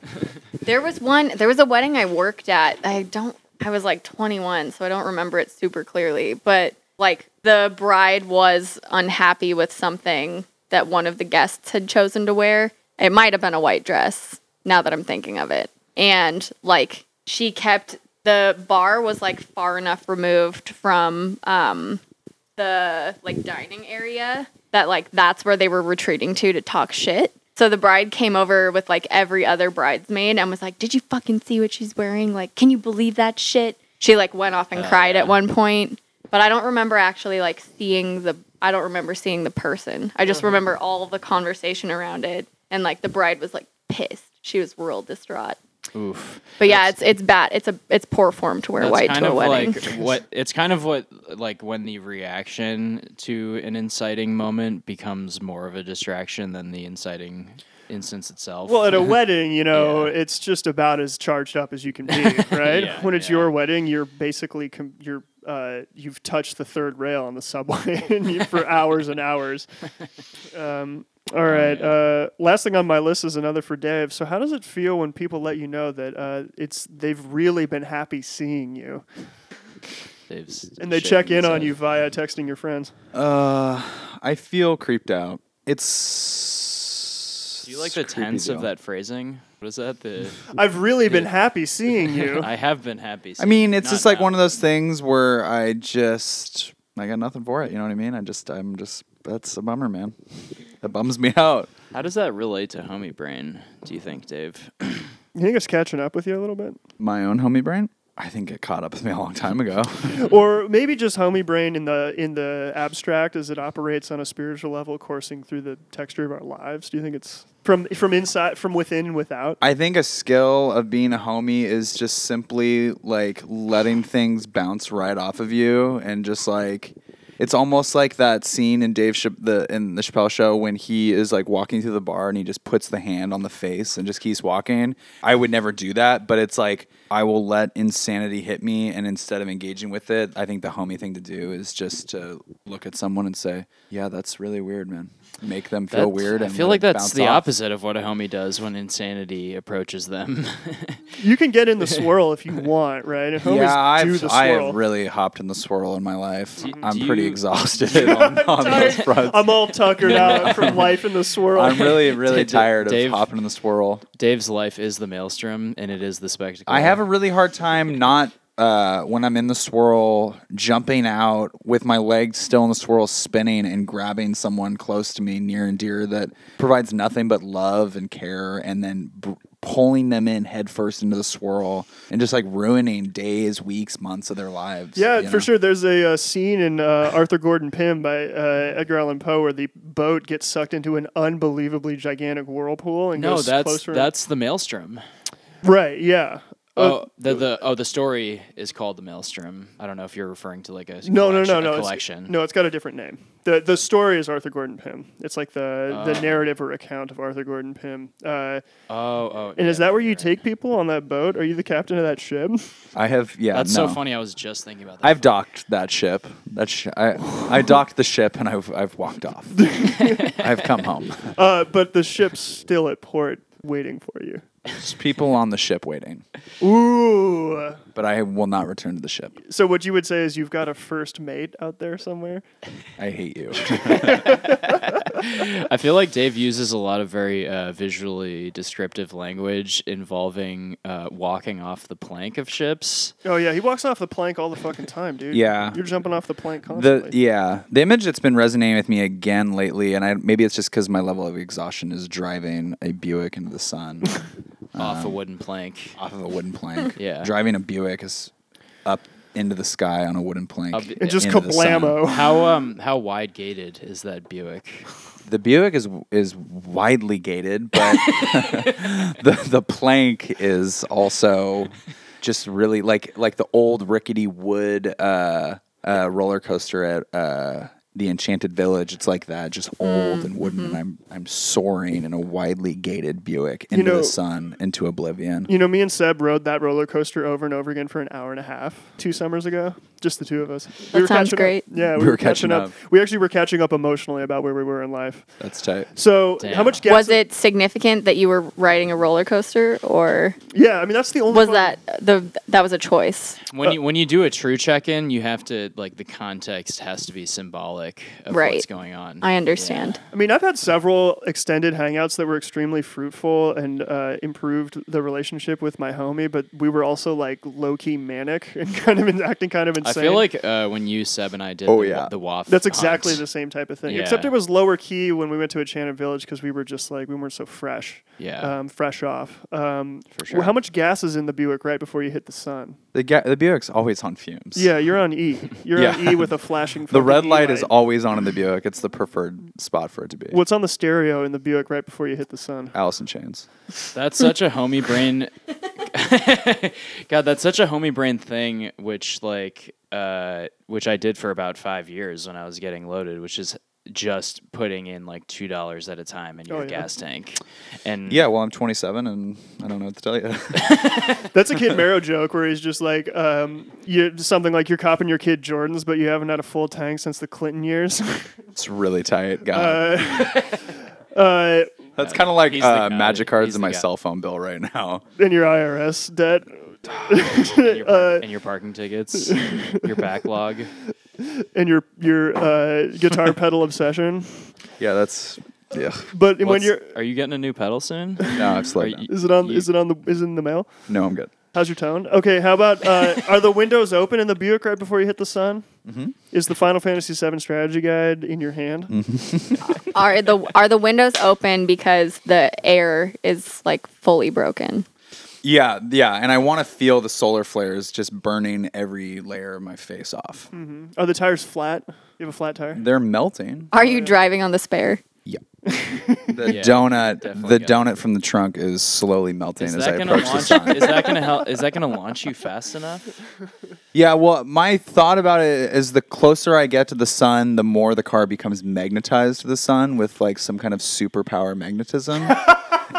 E: There was one. There was a wedding I worked at. I don't. I was like 21, so I don't remember it super clearly. But like the bride was unhappy with something that one of the guests had chosen to wear. It might have been a white dress. Now that I'm thinking of it, and like she kept the bar was like far enough removed from um, the like dining area that like that's where they were retreating to to talk shit. So the bride came over with like every other bridesmaid and was like, "Did you fucking see what she's wearing? Like, can you believe that shit?" She like went off
C: Oh,
E: and cried at one point, but I don't remember actually like seeing the I don't remember seeing the person. I
C: Mm-hmm.
E: just remember all the conversation around it and like the bride was like pissed. She was real distraught.
C: Oof.
E: But yeah, it's it's bad. It's a it's poor form to wear
C: That's
E: white
C: kind
E: to a
C: of
E: wedding.
C: like what it's kind of what like when the reaction to an inciting moment becomes more of a distraction than the inciting instance itself.
A: Well, at a wedding, you know,
C: Yeah.
A: it's just about as charged up as you can be, right?
C: Yeah,
A: when it's
C: yeah.
A: your wedding, you're basically com- you're uh, you've touched the third rail on the subway and you- for hours and hours. Um,
C: Oh,
A: all right. Uh, last thing on my list is another for Dave. So, how does it feel when people let you know that uh, it's they've really been happy seeing you,
C: Dave's
A: and they
C: shit
A: check in on
C: inside.
A: you via texting your friends?
B: Uh, I feel creeped out. It's.
C: Do you like the
B: creepy
C: tense of
B: deal.
C: that phrasing? What is that? The
A: I've really been happy seeing you.
C: I have been happy.
B: I mean, it's
C: Not
B: just like
C: now.
B: one of those things where I just I got nothing for it. You know what I mean? I just I'm just that's a bummer, man. That bums me out.
C: How does that relate to homie brain? Do you think, Dave?
A: you think it's catching up with you a little bit?
B: My own homie brain. I think it caught up with me a long time ago.
A: or maybe just homie brain in the in the abstract as it operates on a spiritual level coursing through the texture of our lives do you think it's from from inside from within and without
B: I think a skill of being a homie is just simply like letting things bounce right off of you and just like it's almost like that scene in Dave Chap- the in the Chappelle show when he is like walking through the bar and he just puts the hand on the face and just keeps walking. I would never do that, but it's like I will let insanity hit me and instead of engaging with it, I think the homie thing to do is just to look at someone and say, "Yeah, that's really weird, man." Make them feel
C: That's-
B: weird.
C: I
B: and
C: feel
B: let
C: like
B: it
C: that's
B: bounce
C: the
B: off.
C: opposite of what a homie does when insanity approaches them.
A: you can get in the swirl if you want right and homies
B: yeah,
A: do
B: I've,
A: the
B: I
A: swirl
B: have really hopped in the swirl in my life.
C: Do-
B: I'm
C: do
B: pretty
C: you-
B: exhausted on, on
A: tired.
B: those fronts.
A: i'm all tuckered out from life in the swirl
B: I'm really, really
C: Dave-
B: tired of
C: Dave-
B: hopping in the swirl.
C: Dave's life is the maelstrom, and it is the spectacle.
B: I have a really hard time not uh, when I'm in the swirl, jumping out with my legs still in the swirl, spinning and grabbing someone close to me, near and dear, that provides nothing but love and care, and then b- pulling them in headfirst into the swirl and just like ruining days, weeks, months of their lives.
A: Yeah,
B: you
A: for
B: know?
A: sure. There's a uh, scene in uh, Arthur Gordon Pym by uh, Edgar Allan Poe where the boat gets sucked into an unbelievably gigantic whirlpool and
C: no.
A: goes
C: That's
A: closer.
C: that's the maelstrom.
A: right. Yeah. Uh,
C: Oh, the, the oh the story is called the Maelstrom. I don't know if you're referring to like a
A: No, no,
C: collection-
A: no,
C: a
A: no. it's-
C: collection.
A: no, it's got a different name. the The story is Arthur Gordon Pym. It's like the the
C: Oh.
A: narrative or account of Arthur Gordon Pym. Uh,
C: Oh, oh.
A: and is
C: yeah,
A: that where
C: right,
A: you
C: right.
A: take people on that boat? Are you the captain of that ship?
B: I have yeah.
C: That's
B: no.
C: so funny. I was just thinking about that.
B: I've docked that ship. That sh- I I docked the ship and I've I've walked off. I've come home.
A: Uh, but the ship's still at port waiting for you.
B: There's people on the ship waiting,
A: Ooh.
B: but I will not return to the ship.
A: So what you would say is you've got a first mate out there somewhere.
B: I hate you.
C: I feel like Dave uses a lot of very uh, visually descriptive language involving uh, walking off the plank of ships.
A: Oh yeah, he walks off the plank all the fucking time, dude.
B: Yeah.
A: You're jumping off the plank
B: the
A: constantly.
B: yeah, the image that's been resonating with me again lately, and I maybe it's just because my level of exhaustion is driving a Buick into the sun
C: off
B: Um,
C: a wooden plank.
B: off of a wooden plank.
C: Yeah.
B: driving a Buick is up into the sky on a wooden plank.
C: Up-
A: and just
B: into the sun.
A: kablammo.
C: How um how wide gated is that Buick?
B: The Buick is is widely gated, but the the plank is also just really like like the old rickety wood uh, uh, roller coaster at uh, the Enchanted Village. It's like that, just old
A: Mm-hmm.
B: and wooden, and I'm I'm soaring in a widely gated Buick into
A: know-
B: the sun, into oblivion.
A: You know, me and Seb rode that roller coaster over and over again for an hour and a half two summers ago. Just the two of us.
E: That sounds
A: catching up-
E: great.
A: Yeah, we, were, catching, up. We actually were catching up emotionally about where we were in life.
B: That's tight.
A: So how
C: Damn.
A: much gas?
E: Was it significant that you were riding a roller coaster, or
A: Yeah, I mean that's the only.
E: was
A: one-
E: that the that was a choice?
C: When you when you do a true check in, you have to like the context has to be symbolic of
E: Right.
C: what's going on.
E: I understand.
A: I mean, I've had several extended hangouts that were extremely fruitful and uh, improved the relationship with my homie. But we were also like low key manic and kind of in- acting kind of
C: I
A: insane.
C: feel like uh, when you Seb and I did
B: Oh,
C: the,
B: yeah.
C: the waff.
A: That's exactly
C: hunt,
A: the same type of thing,
C: Yeah.
A: except it was lower key when we went to Enchanted Village because we were just like we weren't so fresh,
C: Yeah.
A: um, fresh off. Um,
C: For
A: well, How
C: sure.
A: much gas is in the Buick right before you hit the sun?
B: The ga- the Buick's always on fumes.
A: Yeah, you're on E. You're on
B: Yeah.
A: E with a flashing.
B: The
A: fucking
B: red
A: E
B: light is always on in the Buick. It's the preferred spot for it to be.
A: What's on the stereo in the Buick right before you hit the sun?
B: Allison Chains.
C: That's such a homie brain. God, that's such a homie brain thing, which like, uh, which I did for about five years when I was getting loaded, which is just putting in like two dollars at a time in your
A: Oh, yeah.
C: gas tank, and
B: Yeah, well, I'm 27 and I don't know what to tell you.
A: That's a Kid Marrow joke where he's just like, um, you something like you're copping your kid Jordans, but you haven't had a full tank since the Clinton years.
B: It's really tight, guy.
A: uh,
B: That's kind of like
C: he's the
B: uh,
C: guy.
B: magic cards
C: He's
B: in
C: the
B: my
C: guy.
B: cell phone bill right now.
A: in your IRS debt.
C: and your, par- and your parking tickets, your backlog.
A: And your your uh, guitar pedal obsession,
B: Yeah, that's yeah.
A: but when
C: What's-
A: you're
C: are you getting a new pedal soon?
B: No, I've
C: Are
B: slowed down.
C: you-
A: Is it on?
C: you-
A: Is it on the? Is it in the mail?
B: No, I'm good.
A: How's your tone? Okay. How about uh, are the windows open in the Buick right before you hit the sun? Mm-hmm. Is the Final Fantasy VII strategy guide in your hand?
E: Are the are the windows open because the air is like fully broken?
B: Yeah, yeah, and I want to feel the solar flares just burning every layer of my face off.
A: Are the tires flat? You have a flat tire.
B: They're melting.
E: Are you driving on the spare?
B: Yeah. The
C: Yeah,
B: donut,
C: definitely
B: the
C: got
B: donut from the trunk is slowly melting
C: Is
B: as
C: that
B: I
C: gonna
B: approach the
C: launch?
B: sun.
C: Is that gonna help? Is that gonna launch you fast enough?
B: Yeah, well, my thought about it is the closer I get to the sun, the more the car becomes magnetized to the sun with like some kind of superpower magnetism,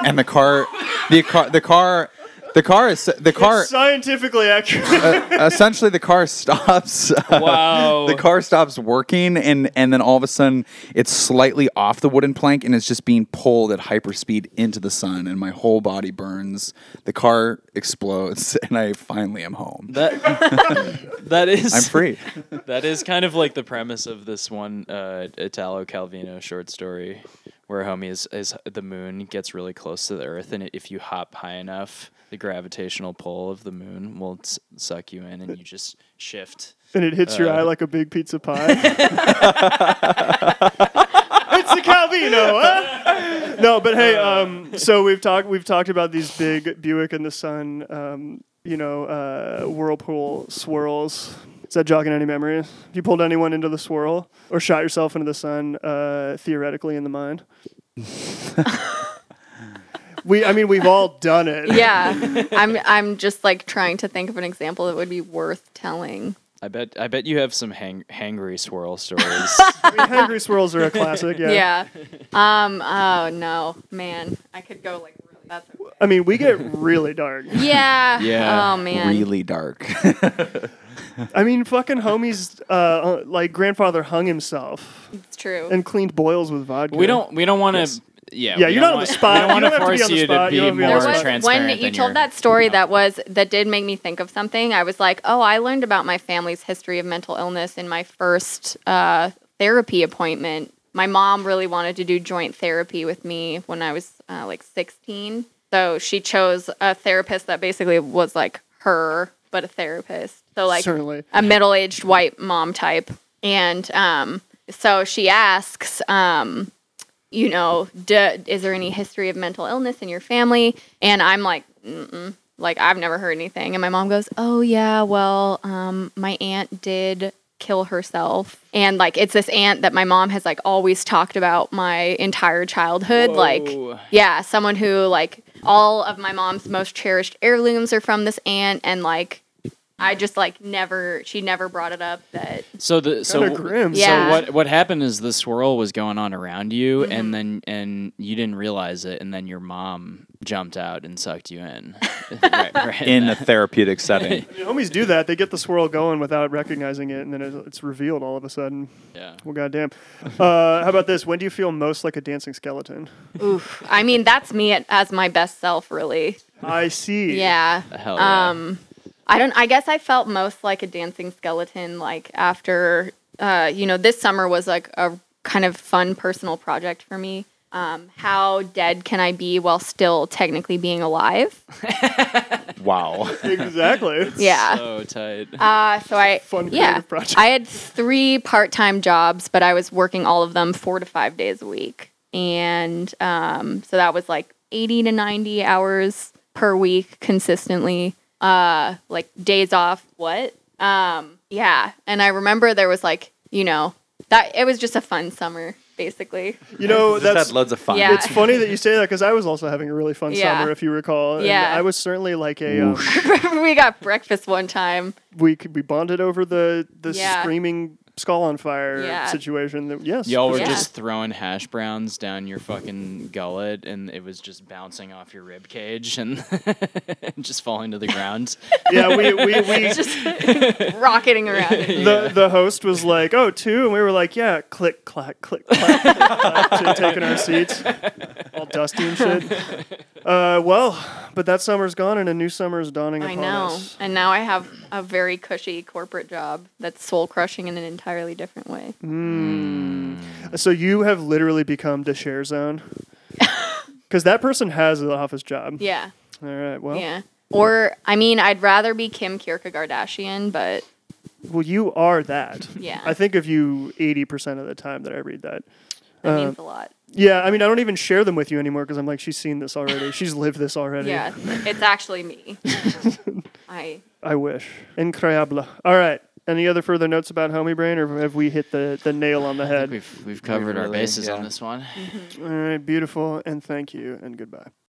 B: and the car, the car, the car, the car is the car.
A: Scientifically accurate.
B: essentially, the car stops. uh,
C: Wow.
B: The car stops working, and and then all of a sudden, it's slightly off the wooden plank, and it's just being pulled at hyperspeed into the sun, and my whole body burns. The car explodes, and I finally am home.
C: That that is-
B: I'm free.
C: That is kind of like the premise of this one uh, Italo Calvino short story, where homie is, is the moon gets really close to the Earth, and if you hop high enough, the gravitational pull of the moon will s- suck you in, and you just shift.
A: and it hits your eye like a big pizza pie. it's a Calvino. Huh? No, but hey, um, so we've talked we've talked about these big Buick in the sun, um, you know, uh, whirlpool swirls. Is that jogging any memories? If you pulled anyone into the swirl or shot yourself into the sun, uh, theoretically in the mind. we I mean we've all done it.
E: yeah. I'm I'm just like trying to think of an example that would be worth telling.
C: I bet I bet you have some hang- hangry swirl stories.
A: I mean, hungry swirls are a classic. Yeah.
E: Yeah. Um oh no. Man, I could go like really that's okay.
A: I mean, we get really dark.
E: Yeah.
C: Yeah.
E: Oh man.
B: Really dark.
A: I mean, fucking homies, uh, uh, like grandfather hung himself
E: It's true.
A: and cleaned boils with vodka.
C: we don't we don't want to.
B: Yes.
C: Yeah,
A: Yeah,
C: we
A: you're
C: don't
A: not on
C: want-
A: the spot.
C: We don't
A: You
C: want
A: don't have to be
C: force
A: on the
C: you to
A: spot. You
C: be
A: don't have to be on
C: more
A: the spot.
C: transparent.
E: when you
C: than
E: told
C: your-
E: that story that was that did make me think of something i was like oh i learned about my family's history of mental illness in my first uh, therapy appointment my mom really wanted to do joint therapy with me when i was uh, like 16 so she chose a therapist that basically was like her but a therapist so like
A: Certainly.
E: a middle-aged white mom type and um, so she asks um, you know, d is there any history of mental illness in your family? And I'm like, Mm-mm. like I've never heard anything. And my mom goes, oh yeah, well, um, my aunt did kill herself, and like it's this aunt that my mom has like always talked about my entire childhood.
C: Whoa.
E: Like, yeah, someone who like all of my mom's most cherished heirlooms are from this aunt, and like I just like never, she never brought it up that
C: So the so
A: Kinda grim.
E: Yeah. Mm-hmm.
C: so what what happened is the swirl was going on around you, and then and you didn't realize it, and then your mom jumped out and sucked you in. right, right.
B: in a therapeutic setting.
A: I mean, homies do that. They get the swirl going without recognizing it, and then it's it's revealed all of a sudden.
C: yeah.
A: Well, goddamn. Uh, how about this? When do you feel most like a dancing skeleton?
E: oof. I mean, that's me at, as my best self, really.
A: I see.
E: Yeah.
C: Hell yeah.
E: Um, I don't. I guess I felt most like a dancing skeleton. Like after, uh, you know, this summer was like a kind of fun personal project for me. Um, how dead can I be while still technically being alive?
B: Wow.
A: Exactly.
E: Yeah.
C: So tight.
E: Uh, so I
A: Fun
E: yeah
A: creative project.
E: I had three part time jobs, but I was working all of them four to five days a week, and um, so that was like eighty to ninety hours per week consistently. Uh, like days off. What? Um, yeah. And I remember there was like you know that it was just a fun summer basically.
A: You know,
B: Just
A: that's
B: had loads of fun.
E: Yeah.
A: It's funny that you say that because I was also having a really fun
E: Yeah.
A: summer, if you recall. and
E: Yeah.
A: I was certainly like a. Um,
E: remember we got breakfast one time.
A: we could- we bonded over the the
E: Yeah.
A: screaming skull on fire
E: Yeah.
A: situation. That yes,
C: Y'all were
E: Yeah.
C: just throwing hash browns down your fucking gullet, and it was just bouncing off your rib cage and just falling to the ground.
A: yeah. We we we.
E: Rocketing around.
A: The, the host was like, oh, two, and we were like, yeah, click, clack, click, clack, click, clack to taking our seats, all dusty and shit. Uh, well, but that summer's gone and a new summer is dawning
E: I
A: upon
E: know.
A: us.
E: And now I have a very cushy corporate job that's soul crushing in an entirely different way.
A: Mm. So you have literally become the share zone, because that person has an office job.
E: Yeah.
A: All right. Well,
E: Yeah. Or I mean, I'd rather be Kim Kardashian, but
A: Well, you are that.
E: Yeah.
A: I think of you 80% of the time that I read that.
E: that means
A: uh,
E: a lot.
A: Yeah, I mean, I don't even share them with you anymore because I'm like, she's seen this already. She's lived this already.
E: Yeah, it's actually me. I
A: I wish. Increíble. All right. Any other further notes about Homie Brain, or have we hit the, the nail on the
C: I think
A: head?
C: we've we've covered our
B: really-
C: bases
B: yeah.
C: on this one.
A: All right, beautiful, and thank you, and goodbye.